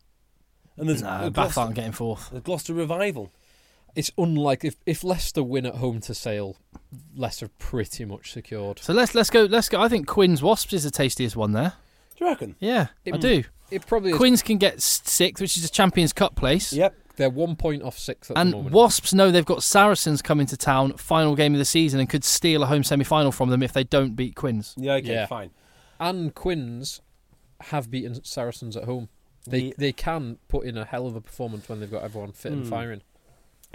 B: And there's
C: No,
B: uh,
C: Bath
B: Gloucester,
C: aren't getting fourth.
B: the Gloucester revival.
D: It's unlikely if if Leicester win at home to Sale, Leicester pretty much secured.
C: So let's let's go let's go. I think Quinn's Wasps is the tastiest one there.
B: Do you reckon?
C: Yeah,
D: It
C: I
D: m-
C: do.
D: It probably is.
C: Quinns can get s- sixth, which is a Champions Cup place.
B: Yep.
D: They're one point off sixth at the
C: And
D: moment.
C: Wasps know they've got Saracens coming to town, final game of the season, and could steal a home semi final from them if they don't beat Quinns.
B: Yeah. Okay.
D: Yeah.
B: Fine.
D: And Quinns have beaten Saracens at home. They
B: Ye-
D: they can put in a hell of a performance when they've got everyone fit and firing.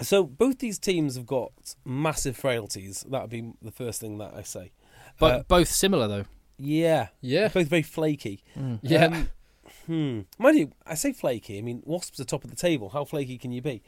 B: So both these teams have got massive frailties. That would be the first thing that I say.
C: But
B: Uh,
C: both similar though.
B: Yeah.
D: Yeah.
B: Both very flaky.
D: Yeah.
B: Um, hmm. Mind you, I say flaky. I mean, Wasps are top of the table. How flaky can you be?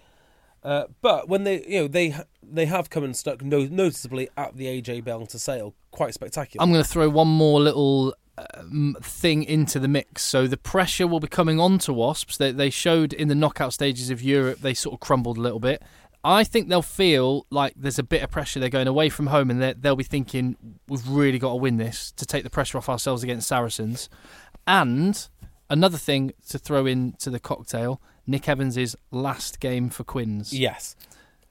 B: Uh, but when they, you know, they ha- they have come and stuck no- noticeably at the AJ Bell to sale, quite spectacular.
C: I'm going to throw one more little um, thing into the mix. So the pressure will be coming on to Wasps. They, they showed in the knockout stages of Europe, they sort of crumbled a little bit. I think they'll feel like there's a bit of pressure. They're going away from home and they're- they'll be thinking, we've really got to win this to take the pressure off ourselves against Saracens. And another thing to throw into the cocktail Nick Evans' last game for Quins.
B: yes.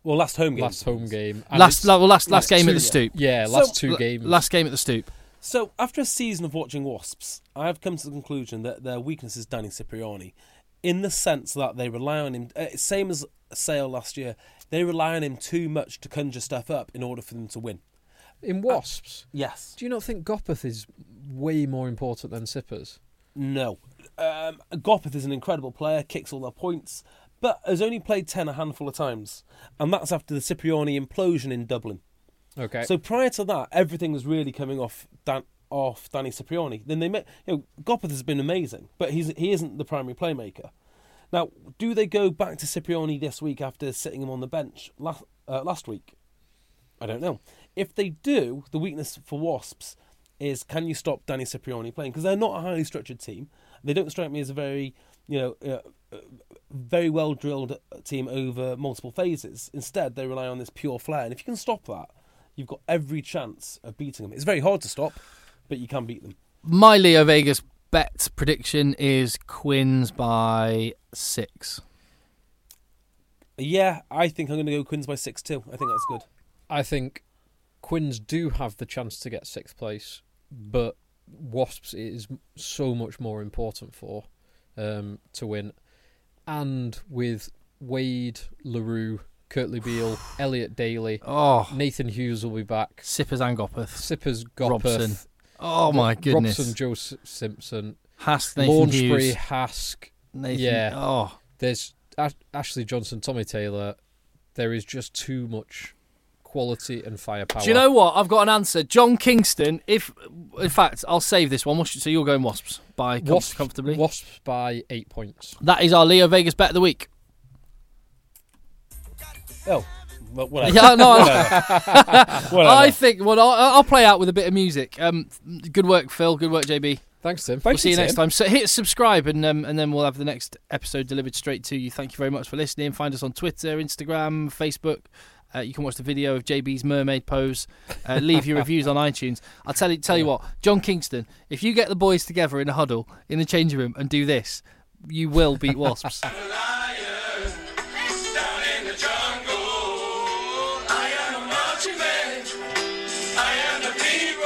B: Well, last home game.
D: Last home game. And
C: Last,
D: it's-
C: la- well, last, last
D: last
C: game
D: two-
C: at the stoop.
D: yeah, last
B: So-
D: two
C: L-
D: games.
C: Last game at the stoop.
B: So, after a season of watching Wasps, I have come to the conclusion that their weakness is Danny Cipriani, in the sense that they rely on him, uh, same as Sale last year, they rely on him too much to conjure stuff up in order for them to win.
D: in Wasps.
B: Yes.
D: uh, Do you not think Gopeth is way more important than Sippers?
B: No. Um, Gopeth is an incredible player, kicks all their points, but has only played 10 a handful of times, and that's after the Cipriani implosion in Dublin.
D: Okay.
B: So prior to that, everything was really coming off Dan- off Danny Cipriani. Then they met. You know, Gopeth has been amazing, but he's he isn't the primary playmaker. Now, do they go back to Cipriani this week after sitting him on the bench last uh, last week? I don't know. If they do, the weakness for Wasps is can you stop Danny Cipriani playing? Because they're not a highly structured team. They don't strike me as a very, you know, uh, uh, very well drilled team over multiple phases. Instead, they rely on this pure flair. And if you can stop that, you've got every chance of beating them. It's very hard to stop, but you can beat them.
C: My Leo Vegas bet prediction is Quins by six.
B: Yeah, I think I'm going to go Quins by six too. I think that's good.
D: I think Quins do have the chance to get sixth place, but Wasps it is so much more important for um, to win. And with Wade, LaRue, Kurtley Beale, Elliot Daly,
C: Oh,
D: Nathan Hughes will be back,
C: Sippers and Goppeth.
D: Sippers, Goppeth,
C: Robson. Oh my goodness.
D: Robson, Joe S- Simpson,
C: Hask, Nathan
D: Launchbury,
C: Hughes.
D: Hask.
C: Nathan.
D: yeah.
C: Oh,
D: There's Ash- Ashley Johnson, Tommy Taylor. There is just too much quality and firepower.
C: Do you know what? I've got an answer. John Kingston. If, in fact, I'll save this one. What's- So you're going Wasps by com-
D: Wasps,
C: comfortably.
D: Wasps by eight points.
C: That is our Leo Vegas bet of the week.
B: Oh, well, whatever.
C: Yeah, no, I,
B: whatever.
C: I think. Well, I'll, I'll play out with a bit of music. Um, good work, Phil. Good work, JB.
D: Thanks, Tim.
C: we'll see you next time. So hit subscribe, and um, and then we'll have the next episode delivered straight to you. Thank you very much for listening. Find us on Twitter, Instagram, Facebook. Uh, you can watch the video of JB's mermaid pose. Uh, leave your reviews on iTunes. I'll tell you tell you what, John Kingston. If you get the boys together in a huddle in the changing room and do this, you will beat wasps.
E: lion down in the jungle. I am a marching band. I am the hero.